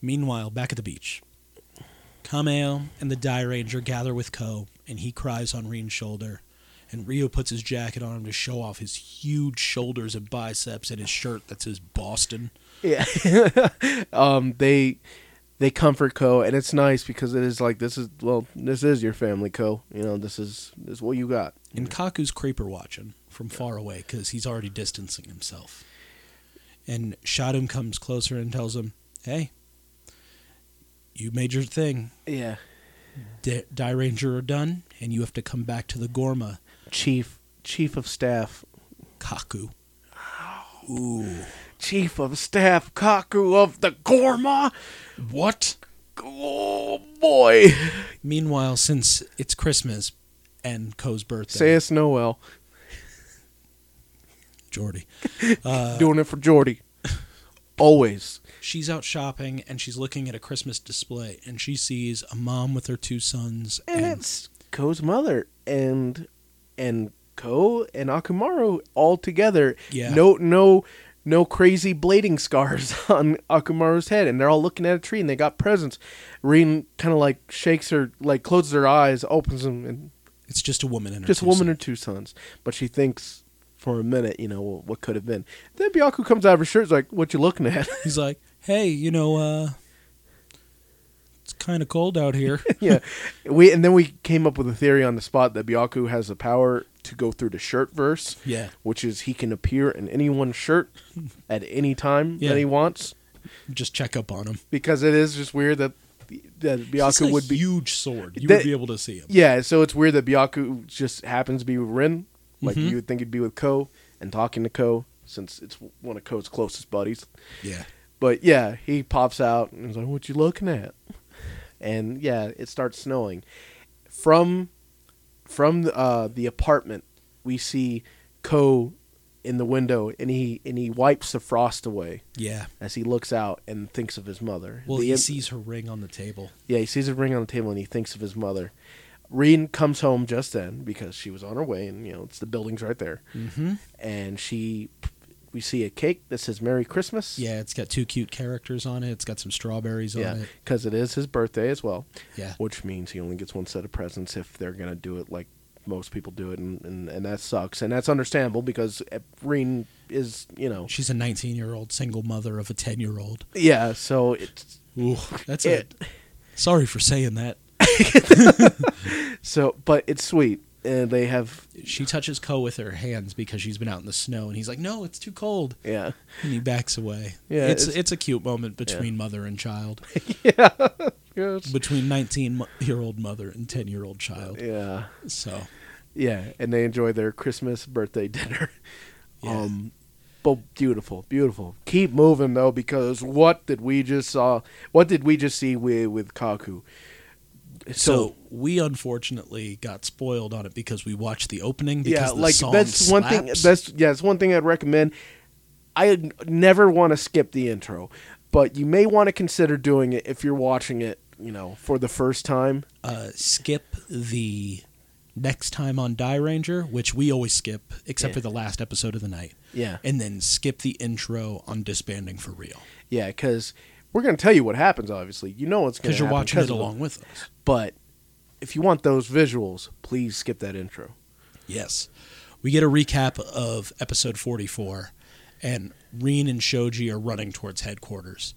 B: Meanwhile, back at the beach, Kameo and the Die Ranger gather with Ko, and he cries on Reen's shoulder. And Ryo puts his jacket on him to show off his huge shoulders and biceps and his shirt that says Boston.
C: Yeah. um, they they comfort Co, and it's nice because it is like this is well, this is your family, Co. You know, this is this is what you got.
B: And Kaku's creeper watching from far away because he's already distancing himself. And Shadum comes closer and tells him, Hey, you made your thing.
C: Yeah.
B: D- Die Ranger are done, and you have to come back to the Gorma
C: Chief Chief of Staff
B: Kaku.
C: Chief of Staff Kaku of the Gorma.
B: What?
C: Oh boy.
B: Meanwhile, since it's Christmas and Co's birthday,
C: Say it's Noel.
B: Jordy,
C: Doing it for Jordy. Always.
B: she's out shopping and she's looking at a Christmas display, and she sees a mom with her two sons.
C: And it's Ko's mother and and Ko and Akumaru all together.
B: Yeah.
C: No no no crazy blading scars on Akumaru's head and they're all looking at a tree and they got presents. Reen kinda like shakes her like closes her eyes, opens them and
B: it's just a woman and her
C: just a
B: two
C: woman
B: sons.
C: and two sons. But she thinks for a minute, you know, well, what could have been. Then Byaku comes out of her shirt, is like, "What you looking at?"
B: He's like, "Hey, you know, uh, it's kind of cold out here."
C: yeah, we and then we came up with a theory on the spot that Byaku has the power to go through the shirt verse.
B: Yeah.
C: which is he can appear in anyone's shirt at any time
B: Yeah.
C: that he wants
B: just check up on him.
C: because it is just weird that that
B: He's
C: Byaku
B: a
C: would be.
B: huge sword. You
C: That-
B: would be able to see him.
C: Yeah, so it's weird that Byaku just happens to be with Rin. Like
B: Mm-hmm.
C: you would think he'd be with Ko and talking to Ko since it's one of Ko's closest buddies.
B: Yeah.
C: But yeah, he pops out and he's like, "What you looking at?" And yeah, it starts snowing. From from uh, the apartment, we see Ko in the window, and he and he wipes the frost away
B: Yeah.
C: as he looks out and thinks of his mother.
B: Well,
C: The
B: he
C: im-
B: sees her ring on the table.
C: yeah, he sees a ring on the table and he thinks of his mother. Reen comes home just then because she was on her way, and you know it's the building's right there. Mm-hmm. And she, we see a cake that says "Merry Christmas."
B: Yeah, it's got two cute characters on it. It's got some strawberries on
C: Yeah,
B: it.
C: because it is his birthday as well.
B: Yeah.
C: Which means he only gets one set of presents if they're going to do it like most people do it, and, and, and that sucks. And that's understandable because uh, Reen is, you know.
B: She's a 19 year old single mother of a 10 year old.
C: Yeah, so it's.
B: Ooh, that's
C: It-
B: it. Sorry for saying that.
C: So, but it's sweet. And they have.
B: She touches Ko with her hands because she's been out in the snow, and he's like, "No, it's too cold,"
C: Yeah.
B: and he backs away.
C: Yeah,
B: it's
C: it's-
B: it's, a cute moment between mother and child,
C: Yes.
B: between 19 mo- year old mother and 10 year old child.
C: Yeah.
B: So
C: Yeah. And they enjoy their Christmas birthday dinner.
B: Yeah.
C: Um, but beautiful, beautiful. Keep moving though, because what did we just saw? What did we just see with with Kaku?
B: So, we unfortunately got spoiled on it because we watched the opening. Because
C: yeah,
B: the
C: like
B: song
C: that's one thing.
B: slaps.
C: That's yeah, it's one thing I'd recommend. I n- never want to skip the intro, but you may want to consider doing it if you're watching it, you know, for the first time.
B: uh, skip the next time on Die Ranger, which we always skip except
C: Yeah.
B: for the last episode of the night,
C: Yeah,
B: and then skip the intro on disbanding for real
C: yeah, because we're gonna tell you what happens. Obviously, you know what's gonna
B: because you're
C: happen
B: watching
C: 'cause
B: it
C: of
B: along with us.
C: But if you want those visuals, please skip that intro.
B: Yes, we get a recap of episode 44, and Reen and Shoji are running towards headquarters.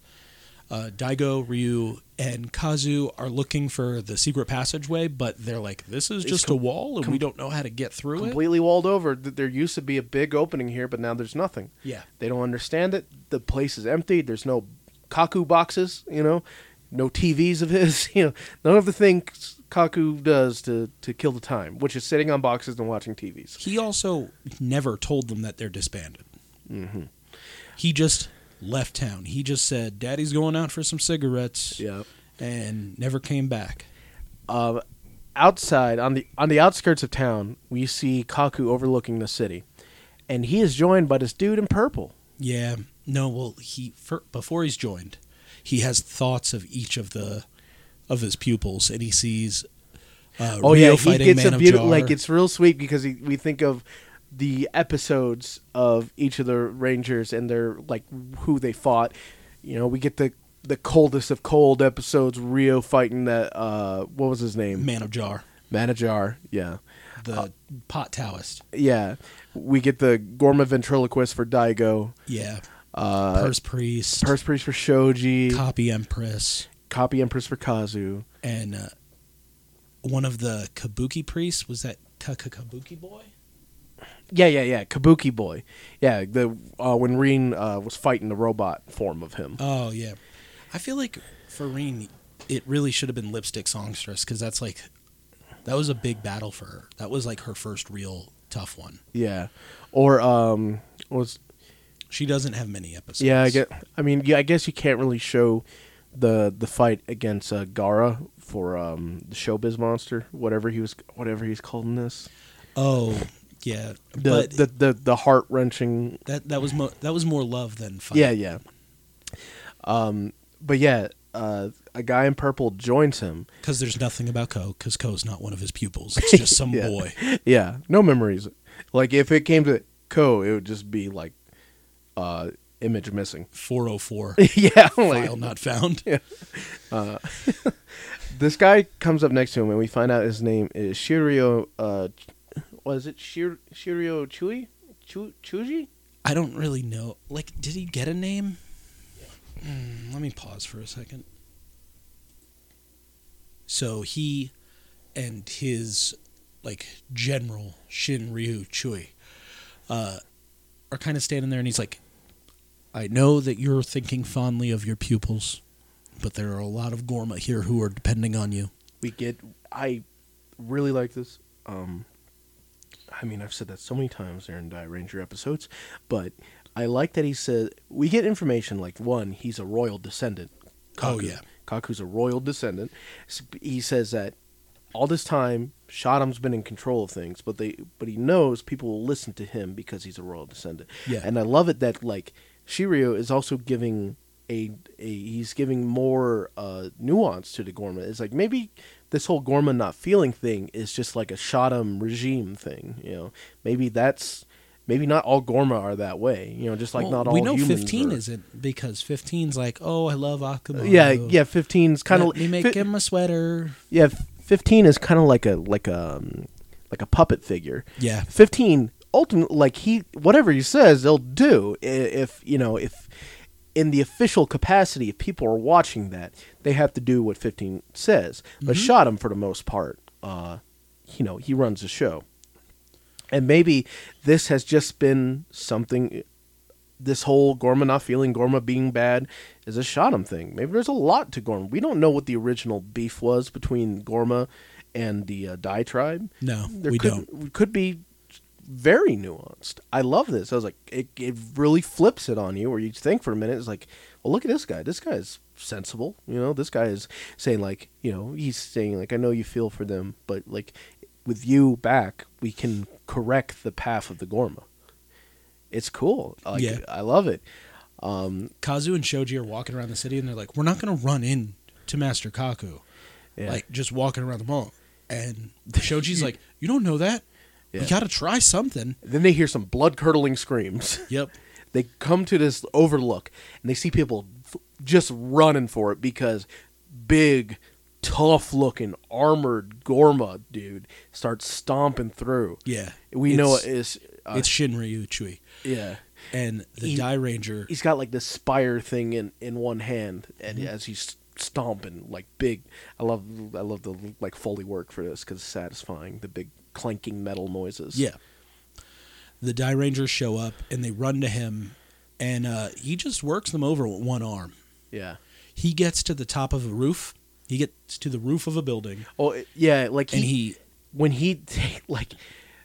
B: Uh, Daigo, Ryu, and Kazu are looking for the secret passageway, but they're like, "This is just a wall, and we don't know how to get through it."
C: Completely walled over. Th- There used to be a big opening here, but now there's nothing.
B: Yeah.
C: They don't understand it. The place is empty. There's no Kaku boxes, you know, no TVs of his, you know, none of the things Kaku does to, to kill the time, which is sitting on boxes and watching TVs.
B: He also never told them that they're disbanded. He just left town. He just said, "Daddy's going out for some cigarettes,"
C: Yeah.
B: and never came back.
C: Uh, outside on the on the outskirts of town, we see Kaku overlooking the city, and he is joined by this dude in purple.
B: Yeah, no. Well, he fir- before he's joined, he has thoughts of each of the of his pupils, and he sees. Uh,
C: Oh
B: Ryo
C: yeah, he
B: fighting
C: gets
B: Man
C: a
B: of
C: beautiful.
B: Jar.
C: Like it's real sweet because he, we think of the episodes of each of the Rangers and their like who they fought. You know, we get the the coldest of cold episodes. Rio fighting that. Uh, what was his name?
B: Man of Jar,
C: Manajar. Yeah,
B: the
C: Uh,
B: pot Taoist.
C: yeah. We get the Gorma ventriloquist for Daigo.
B: Yeah,
C: Uh,
B: Purse Priest,
C: Purse priest for Shoji.
B: Copy Empress,
C: Copy Empress for Kazu.
B: and uh, one of the Kabuki priests was that Kaka Kabuki boy.
C: Yeah, yeah, yeah. Kabuki boy. Yeah, the uh, when Rin uh, was fighting the robot form of him.
B: Oh yeah, I feel like for Reen, it really should have been lipstick songstress because that's like that was a big battle for her. That was like her first real tough one.
C: Yeah. Or um was
B: She doesn't have many episodes.
C: yeah, I get I mean, yeah, I guess you can't really show the the fight against uh, Gara for um the Showbiz monster, whatever he was whatever he's called in this.
B: Oh, yeah.
C: The
B: but
C: the, the the heart-wrenching
B: that that was mo- that was more love than fight.
C: Yeah, yeah. Um, but yeah, uh, a guy in purple joins him.
B: Because there's nothing about Ko. Because Ko's not one of his pupils. It's just some
C: Yeah.
B: boy.
C: Yeah, no memories. Like if it came to Ko, it would just be like uh, image missing.
B: 404
C: yeah, like
B: file not found.
C: this guy comes up next to him, and we find out his name is Shirio. Uh, was it Shir- Shirio Chui? Chu- Chuji?
B: I don't really know. Like, did he get a name? Hmm, let me pause for a second. So he and his like general Shin Ryu Chui uh, are kind of standing there, and he's like, "I know that you're thinking fondly of your pupils, but there are a lot of Gorma here who are depending on you."
C: We get. I really like this. Um, I mean, I've said that so many times during Die Ranger episodes, but I like that he said we get information like one, he's a royal descendant.
B: Oh, yeah.
C: Kaku's a royal descendant. S- He says that all this time, Shadam's been in control of things, but they but he knows people will listen to him because he's a royal descendant.
B: Yeah.
C: and I love it that like Shiryu is also giving a, a he's giving more uh, nuance to the Gorma. It's like maybe this whole Gorma not feeling thing is just like a Shadam regime thing. You know, maybe that's maybe not all Gorma are that way. You know, just like
B: Well,
C: not all
B: we know
C: humans
B: fifteen
C: are.
B: isn't because 15's like, "Oh, I love Akuma."
C: Yeah, yeah. Fifteen's kind of
B: Let me make him a sweater.
C: Yeah, fifteen is kind of like a like a um, like a puppet figure.
B: Yeah.
C: fifteen ultimately, like he whatever he says, they'll do. I- If you know, if in the official capacity, if people are watching that, they have to do what fifteen says. But shot him for the most part. Uh, you know, he runs the show, and maybe this has just been something. This whole Gorma not feeling Gorma being bad is a Shotum thing. Maybe there's a lot to Gorma. We don't know what the original beef was between Gorma and the uh, Dai tribe
B: No,
C: there
B: we
C: could
B: don't.
C: could be very nuanced. I love this. I was like, it, it really flips it on you, where you think for a minute, it's like, well, look at this guy. This guy is sensible. You know, this guy is saying like, you know, he's saying like, I know you feel for them, but like, with you back, we can correct the path of the Gorma. It's cool. Like,
B: Yeah.
C: I love it.
B: Kazu and Shoji are walking around the city and they're like, "We're not going to run in to Master Kaku."
C: Yeah.
B: Like just walking around the mall, and Shoji's like, "You don't know that?
C: Yeah.
B: We got to try something."
C: Then they hear some blood curdling screams.
B: Yep.
C: They come to this overlook and they see people f- just running for it because big, tough looking armored Gorma dude starts stomping through.
B: Yeah.
C: We know it
B: it's,
C: is. Uh,
B: it's Shinryu Chui
C: yeah.
B: and the
C: He-
B: Die Ranger.
C: He's got like this spire thing in, in one hand and
B: Mm-hmm.
C: as he's stomping like big I love I love the like foley work for this cuz it's satisfying the big clanking metal noises.
B: Yeah. The Die Rangers show up and they run to him, and uh, he just works them over with one arm.
C: Yeah.
B: He gets to the top of a roof. He gets to the roof of a building,
C: Oh it- yeah, like
B: and he
C: when he t- like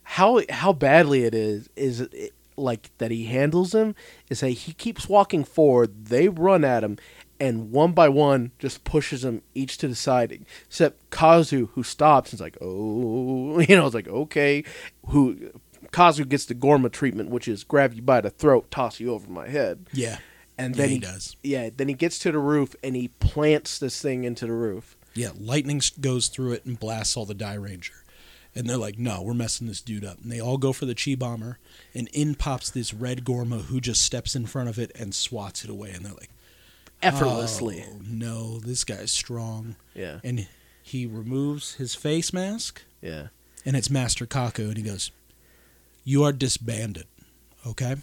C: how how badly it is is it, like that he handles them is that he keeps walking forward they run at him and one by one just pushes them each to the side except kazu who stops and's like oh you know it's like okay who kazu gets the gorma treatment which is grab you by the throat toss you over my head
B: yeah,
C: and
B: Yeah,
C: then
B: he does.
C: yeah then he gets to the roof and he plants this thing into the roof
B: Yeah, lightning s- goes through it and blasts all the Die Ranger. And they're like, no, we're messing this dude up. And they all go for the Chi Bomber, and in pops this red Gorma who just steps in front of it and swats it away. And they're like,
C: effortlessly
B: oh, no, this guy's strong.
C: Yeah.
B: And he removes his face mask,
C: yeah
B: and it's Master Kaku, and he goes, You are disbanded, okay?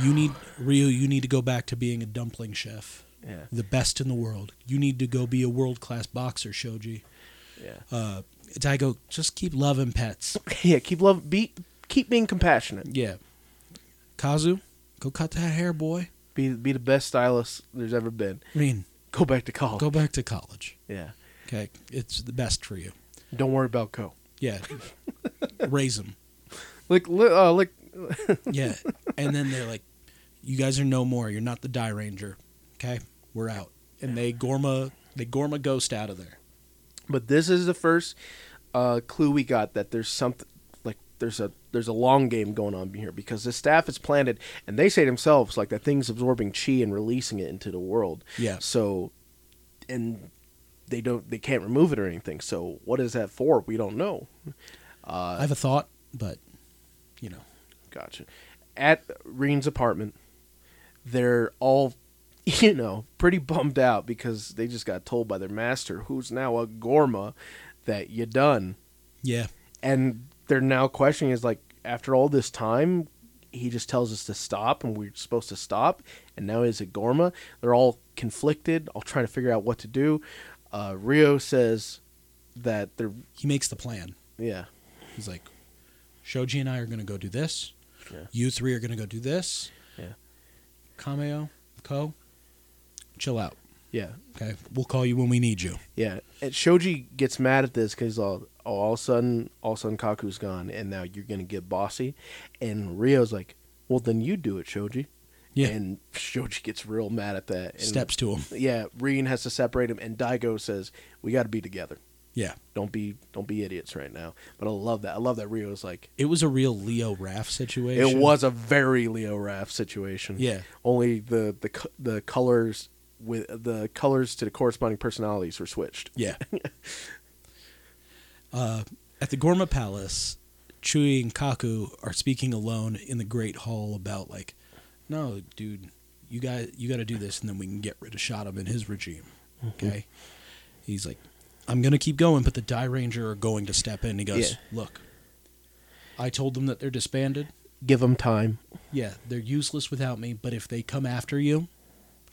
B: You need, Ryu, you need to go back to being a dumpling chef,
C: yeah
B: the best in the world. You need to go be a world class boxer, Shoji.
C: yeah
B: uh, Daigo, just keep loving pets.
C: Yeah, keep love be keep being compassionate.
B: Yeah. Kazu, go cut that hair, boy.
C: Be be the best stylist there's ever been.
B: Rin,
C: Go back to college.
B: Go back to college.
C: Yeah.
B: Okay, it's the best for you.
C: Don't worry about Co.
B: Yeah, raise them.
C: Like, li- uh, like,
B: Yeah, and then they're like, "You guys are no more. You're not the Die Ranger. Okay, we're out." And they Gorma, they Gorma Ghost out of there.
C: but this is the first uh, clue we got that there's something like there's a there's a long game going on here because the staff is planted and they say themselves like that thing's absorbing chi and releasing it into the world.
B: Yeah.
C: So, and they don't they can't remove it or anything. So what is that for? We don't know.
B: I have a thought, but you know,
C: Gotcha. At Reen's apartment, they're all, you know, pretty bummed out because they just got told by their master, who's now a Gorma, that you done.
B: yeah,
C: And they're now questioning is like, after all this time, he just tells us to stop and we're supposed to stop. And now is it Gorma? They're all conflicted, all trying to figure out what to do. Uh, Rio says that they're,
B: he makes the plan.
C: yeah,
B: He's like, "Shoji and I are gonna go do this.
C: Yeah.
B: You three are gonna go do this.
C: Yeah.
B: Kameo, Ko, chill out.
C: yeah.
B: Okay, we'll call you when we need you.
C: Yeah, and Shoji gets mad at this because all, oh, all of a sudden, all of a sudden, Kaku's gone, and now you're gonna get bossy, and Rio's like, "Well, then you do it, Shoji."
B: Yeah.
C: and Shoji gets real mad at that. And
B: Steps to him.
C: Yeah, Reen has to separate him, and Daigo says, "We got to be together.
B: Yeah,
C: Don't be, don't be idiots right now." But I love that. I love that Rio's like,
B: it was a real Leo Raff situation.
C: it was a very Leo Raff situation.
B: Yeah.
C: only the the co- the colors with the colors to the corresponding personalities were switched.
B: Yeah. uh, at the Gorma Palace, Chui and Kaku are speaking alone in the Great Hall about like, no, dude, you got you got to do this, and then we can get rid of Shotum and his regime. Okay. He's like, I'm gonna keep going, but the Die Ranger are going to step in. He goes,
C: Yeah.
B: look, I told them that they're disbanded.
C: Give them time.
B: Yeah, they're useless without me. But if they come after you,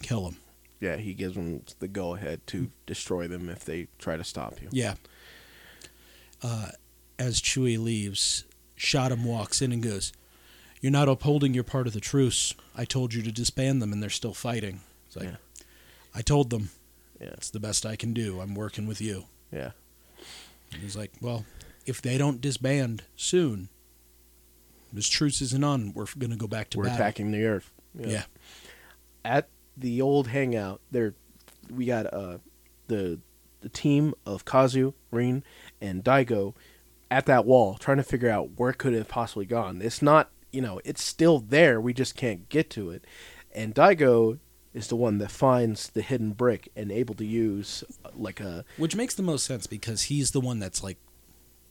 B: kill them.
C: Yeah, he gives them the go ahead to destroy them if they try to stop you.
B: Mm. Yeah. Uh, as Chewie leaves, Shotum walks in and goes, "You're not upholding your part of the truce. I told you to disband them, and they're still fighting." It's like,
C: Yeah.
B: "I told them.
C: Yeah.
B: It's the best I can do. I'm working with you."
C: Yeah.
B: And he's like, "Well, if they don't disband soon, this truce isn't on. We're going to go back to
C: We're
B: battle."
C: attacking the earth.
B: Yeah.
C: At the old hangout, there we got uh the the team of Kazu, Rin, and Daigo at that wall trying to figure out where could it have possibly gone. It's not you know, it's still there, we just can't get to it. And Daigo is the one that finds the hidden brick and able to use uh, like a
B: which makes the most sense because he's the one that's like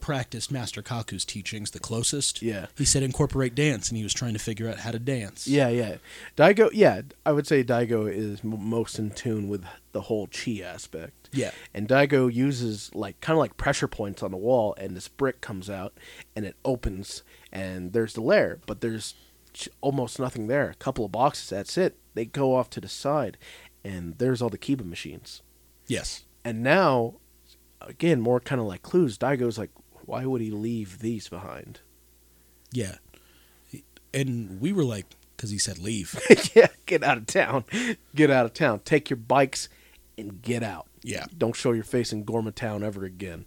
B: practiced Master Kaku's teachings the closest.
C: Yeah.
B: he said incorporate dance, and he was trying to figure out how to dance.
C: Yeah, yeah. Daigo, yeah, I would say Daigo is m- most in tune with the whole chi aspect.
B: Yeah.
C: And Daigo uses like kind of like pressure points on the wall and this brick comes out and it opens and there's the lair, but there's ch- almost nothing there. A couple of boxes, that's it. They go off to the side and there's all the Kiba machines.
B: Yes.
C: And now again, more kind of like clues. Daigo's like why would he leave these behind?
B: Yeah. And we were like, because he said leave.
C: yeah, get out of town. Get out of town. Take your bikes and get out.
B: Yeah.
C: Don't show your face in Gorma Town ever again.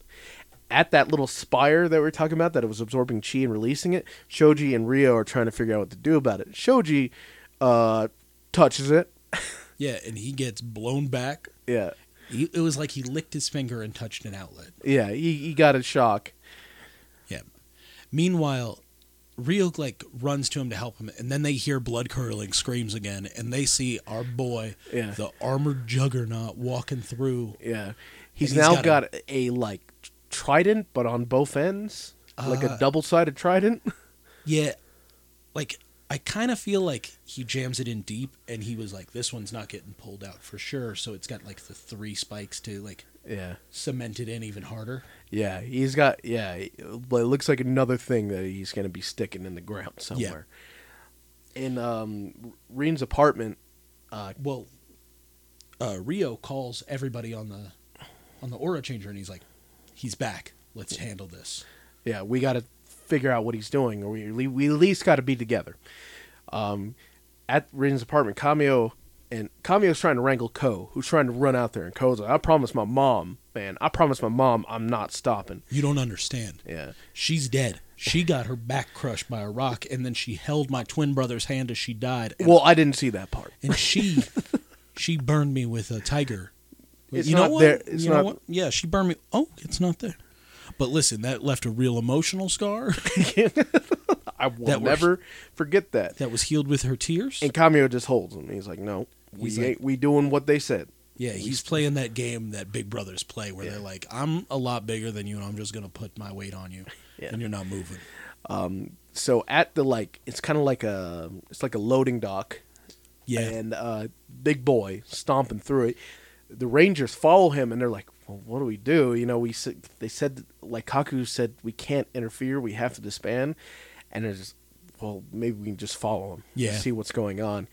C: At that little spire that we were talking about, that it was absorbing chi and releasing it, Shoji and Rio are trying to figure out what to do about it. Shoji uh, touches it.
B: yeah, and he gets blown back.
C: Yeah.
B: He, it was like he licked his finger and touched an outlet.
C: Yeah, he, he got a shock.
B: Yeah. Meanwhile, Rio like runs to him to help him, and then they hear blood curdling screams again, and they see our boy,
C: Yeah.
B: the armored juggernaut, walking through.
C: Yeah. He's,
B: he's
C: now
B: got
C: got, a, like trident, but on both ends. like a double sided trident.
B: Yeah, like I kind of feel like he jams it in deep, and he was like, "This one's not getting pulled out for sure." So it's got like the three spikes to like
C: yeah.
B: cement it in even harder.
C: Yeah, he's got yeah, it but it looks like another thing that he's going to be sticking in the ground somewhere. In um Reen's apartment, uh
B: well uh, Rio calls everybody on the on the aura changer and he's like he's back let's handle this
C: yeah, we got to figure out what he's doing or we we at least got to be together. Um at Reen's apartment, Cameo And Kamiyo's trying to wrangle Ko, who's trying to run out there. And Ko's like, I promise my mom, man. I promise my mom I'm not stopping.
B: You don't understand.
C: Yeah.
B: She's dead. She got her back crushed by a rock, and then she held my twin brother's hand as she died. And,
C: Well, I didn't see that part.
B: and she, she burned me with a tiger.
C: It's
B: you know
C: not
B: what?
C: there- it's
B: you know
C: not-
B: what? Yeah, she burned me. Oh, it's not there. But listen, that left a real emotional scar
C: I will
B: That was-
C: never forget that.
B: that was healed with her tears.
C: And Kamio just holds him. He's like, no, we
B: He's like-
C: ain't we doing what they said.
B: Yeah, he's playing that game that big brothers play where
C: Yeah.
B: they're like, I'm a lot bigger than you and I'm just going to put my weight on you
C: Yeah.
B: and you're not moving.
C: So at the like, it's kind of like a it's like a loading dock,
B: Yeah.
C: and uh, big boy stomping through it. The Rangers follow him, and they're like, well, "What do we do?" You know, we said they said like Kaku said we can't interfere. We have to disband, and they're just well, maybe we can just follow him,
B: Yeah.
C: see what's going on.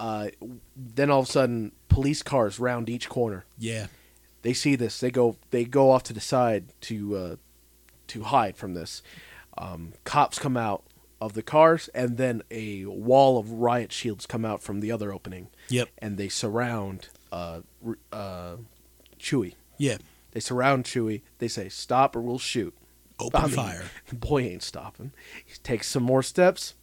C: Uh, then all of a sudden, police cars round each corner.
B: yeah.
C: they see this they go they go off to the side to uh, to hide from this um, cops come out of the cars and then a wall of riot shields come out from the other opening
B: Yep.
C: and they surround uh, r- uh, chewy
B: Yeah.
C: they surround chewy they say stop or we'll shoot
B: Open
C: I mean,
B: fire.
C: the boy ain't stopping he takes some more steps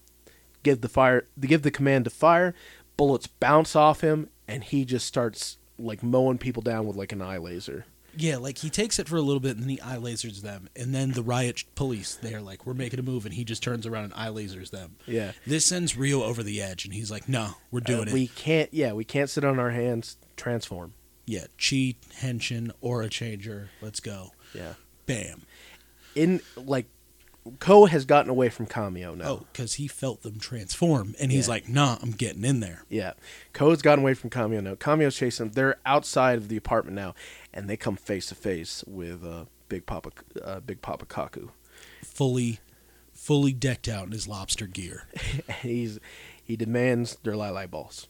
C: give the fire give the command to fire bullets bounce off him and he just starts like mowing people down with like an eye laser
B: Yeah, like he takes it for a little bit and then he eye lasers them. And then the riot police, they're like, we're making a move. And he just turns around and eye lasers them.
C: Yeah.
B: This sends Rio over the edge. And he's like, no, we're doing
C: Uh,
B: it.
C: We can't. Yeah, we can't sit on our hands. Transform.
B: yeah. Chi, Henshin, Aura Changer. Let's go.
C: Yeah.
B: Bam.
C: In like, Ko has gotten away from Kamio now.
B: Oh, because he felt them transform. And he's
C: Yeah.
B: like, nah, I'm getting in there.
C: Yeah, Ko's gotten away from Kamio now. Kamio's chasing them. They're outside of the apartment now, and they come face to face with uh, Big Papa, uh, Big Papa Kaku.
B: Fully, fully decked out in his lobster gear.
C: He's he demands their lilac balls.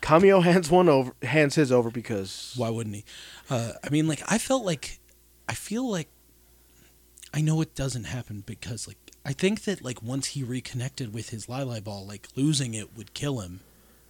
C: Kamio hands one over, hands his over because
B: Why wouldn't he? Uh, I mean, like I felt like I feel like I know it doesn't happen because like I think that like once he reconnected with his Lili ball, like losing it would kill him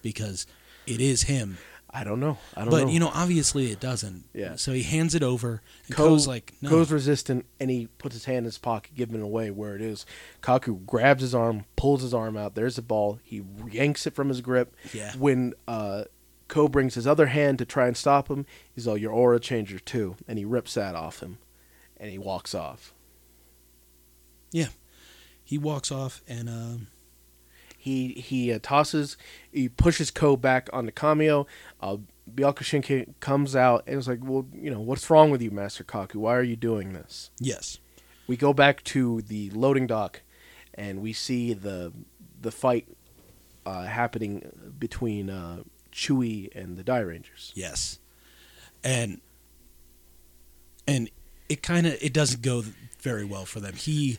B: because it is him.
C: I don't know. I don't
B: But
C: know.
B: you know, obviously it doesn't.
C: Yeah.
B: So he hands it over. And
C: Ko-
B: Ko's like, no.
C: Ko's resistant, and he puts his hand in his pocket, giving it away where it is. Kaku grabs his arm, pulls his arm out. There's the ball. He yanks it from his grip.
B: Yeah.
C: When uh, Ko brings his other hand to try and stop him, he's all, "Your aura changer too," and he rips that off him, and he walks off.
B: yeah. He walks off and um,
C: He he uh, tosses, he pushes Ko back onto Kamio. Uh, Byakushinki comes out and is like, "Well, you know, what's wrong with you, Master Kaku? Why are you doing this?"
B: yes,
C: we go back to the loading dock and we see the the fight uh, happening between uh, Chewie and the Die Rangers.
B: yes, and and it kind of it doesn't go very well for them. He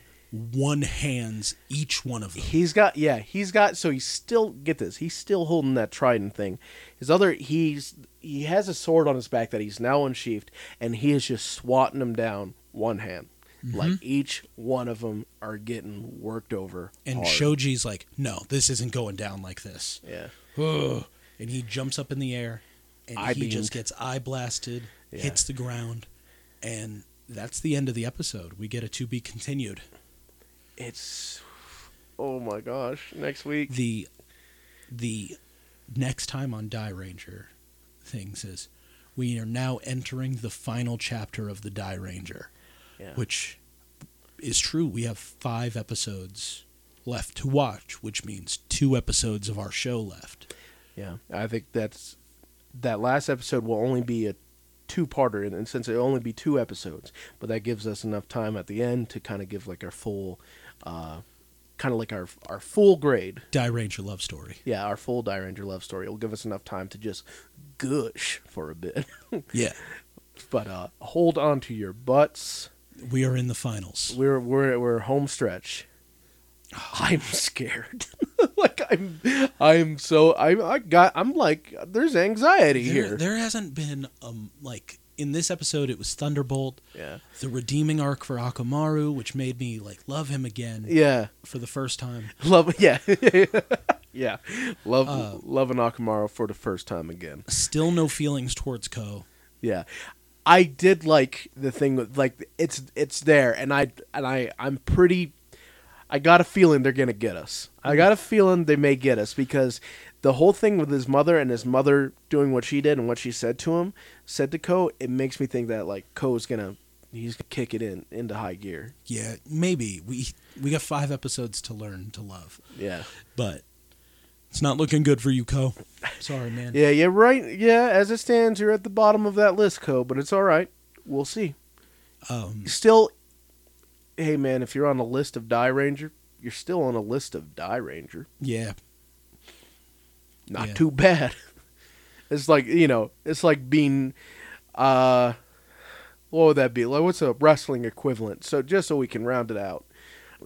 B: one hands each one of them.
C: He's got yeah, he's got so he's still get this, he's still holding that trident thing. His other he's he has a sword on his back that he's now unsheathed and he is just swatting them down one hand. Like each one of them are getting worked over
B: And
C: hard.
B: Shoji's like, no, this isn't going down like this.
C: yeah.
B: Ugh. And he jumps up in the air and he
C: Eye-beamed.
B: just gets eye blasted,
C: Yeah.
B: hits the ground, and that's the end of the episode. We get a to be continued.
C: It's oh my gosh, next week.
B: The the next time on Die Ranger thing says we are now entering the final chapter of the Die Ranger,
C: Yeah.
B: which is true. We have five episodes left to watch, which means two episodes of our show left.
C: Yeah, I think that's that last episode will only be a two-parter, and, and since it'll only be two episodes, but that gives us enough time at the end to kind of give like our full, uh, kind of like our our full grade.
B: Die Ranger love story.
C: Yeah, our full Die Ranger love story. It'll give us enough time to just gush for a bit.
B: Yeah.
C: but uh, hold on to your butts.
B: We are in the finals.
C: We're we're we're home stretch. I'm scared. like I'm I'm so I'm I got I'm like there's anxiety
B: There,
C: here.
B: there hasn't been um like in this episode it was Thunderbolt,
C: yeah.
B: the redeeming arc for Akamaru, which made me like love him again
C: Yeah.
B: for the first time.
C: Love yeah. yeah, love love an Akamaru for the first time again.
B: Still no feelings towards Ko.
C: Yeah, I did like the thing with like it's it's there, and I and I I'm pretty. I got a feeling they're gonna get us. I got a feeling they may get us because the whole thing with his mother and his mother doing what she did and what she said to him, said to Ko, it makes me think that like Ko is gonna he's gonna kick it in into high gear.
B: Yeah, maybe we we got five episodes to learn to love,
C: Yeah.
B: but it's not looking good for you, Ko. Sorry, man.
C: Yeah, yeah, right. Yeah, as it stands, you're at the bottom of that list, Co. But it's all right. We'll see.
B: Um,
C: Still, hey man, if you're on a list of Die Ranger, you're still on a list of Die Ranger.
B: yeah,
C: Not
B: Yeah.
C: too bad. It's like you know, it's like being, uh, what would that be? Like, what's a wrestling equivalent? So just so we can round it out,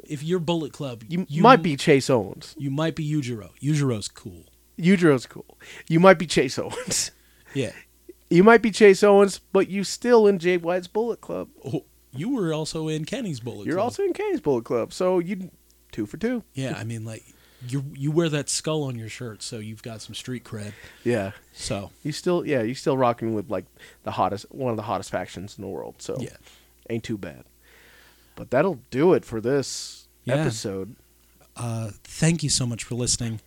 B: if you're Bullet Club,
C: you, might be Chase Owens.
B: you might be Yujiro. Yujiro's cool.
C: Yujiro's cool. You might be Chase Owens.
B: Yeah.
C: You might be Chase Owens, but you still in Jay White's Bullet Club.
B: Oh, you were also in Kenny's Bullet
C: You're
B: Club.
C: also in Kenny's Bullet Club, so you two for two.
B: Yeah, I mean, like you you wear that skull on your shirt, so you've got some street cred.
C: Yeah,
B: So
C: you still yeah you still rocking with like the hottest one of the hottest factions in the world. So
B: Yeah.
C: ain't too bad. But that'll do it for this
B: Yeah.
C: episode.
B: uh, thank you so much for listening.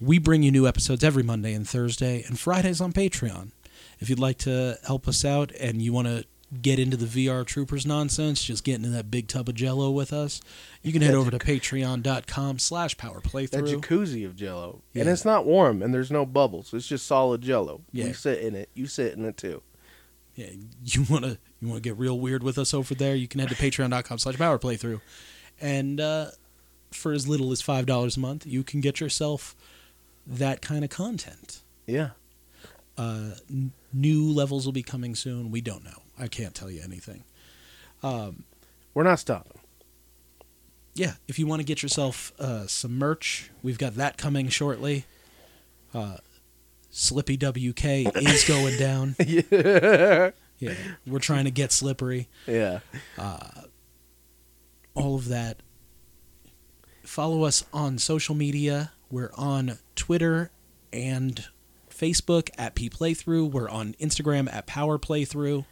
B: We bring you new episodes every Monday and Thursday and Fridays on Patreon. If you'd like to help us out and you want to get into the VR Troopers nonsense, just get into that big tub of jello with us, you can head over to patreon.com slash power
C: That
B: playthrough.
C: jacuzzi of Jello, and
B: Yeah.
C: it's not warm, and there's no bubbles. It's just solid Jello.
B: Yeah.
C: You sit in it. You sit in it too.
B: Yeah, you want to you want to get real weird with us over there, you can head to patreon.com slash power playthrough. And uh, for as little as $5 a month, you can get yourself that kind of content.
C: Yeah.
B: uh, n- new levels will be coming soon. We don't know. I can't tell you anything.
C: We're not stopping.
B: Yeah, if you want to get yourself uh, some merch, we've got that coming shortly. Uh, Slippy WK is going down. yeah. we're trying to get slippery.
C: Yeah.
B: All of that. Follow us on social media. We're on Twitter and Facebook at P Playthrough. We're on Instagram at Power Playthrough.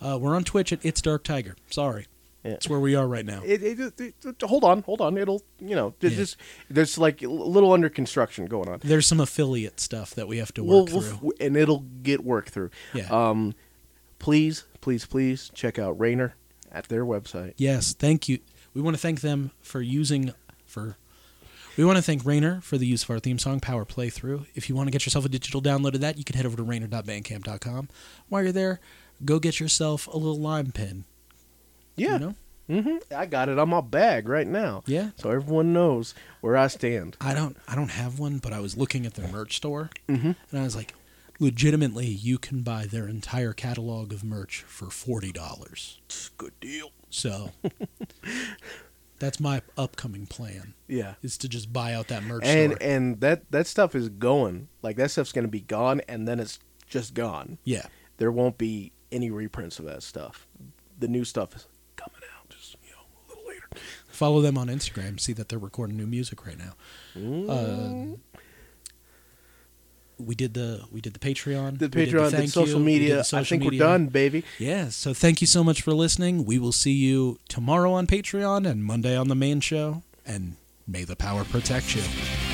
B: Uh, we're on Twitch at It's Dark Tiger. Sorry.
C: Yeah.
B: That's where we are right now.
C: It, it, it, it- hold on, hold on. It'll you know there's
B: Yeah.
C: just there's like a little under construction going on.
B: There's some affiliate stuff that we have to
C: We'll-
B: work
C: we'll-
B: through.
C: and it'll get worked through.
B: Yeah.
C: Um, please, please, please check out Rainer at their website.
B: yes, thank you. We want to thank them for using for. We want to thank Rainer for the use of our theme song, Power Playthrough. If you want to get yourself a digital download of that, you can head over to rainer.bandcamp.com. While you're there, go get yourself a little lime pin.
C: Yeah.
B: You know?
C: hmm I got it on my bag right now.
B: Yeah.
C: So everyone knows where I stand.
B: I don't I don't have one, but I was looking at their merch store
C: Mm-hmm.
B: and I was like, legitimately, you can buy their entire catalog of merch for forty dollars.
C: Good deal.
B: So that's my upcoming plan.
C: Yeah.
B: is to just buy out that merch
C: And
B: store.
C: and that that stuff is going. Like that stuff's gonna be gone, and then it's just gone.
B: yeah,
C: There won't be any reprints of that stuff. The new stuff is coming out just you know a little later.
B: follow them on Instagram. See that they're recording new music right now.
C: Mm.
B: Um, we did the we did the Patreon,
C: The
B: we did
C: Patreon, the,
B: thank you,
C: social
B: we did the
C: media. I
B: social
C: think
B: media.
C: we're done, baby.
B: Yeah, so thank you so much for listening. We will see you tomorrow on Patreon and Monday on the main show. And may the power protect you.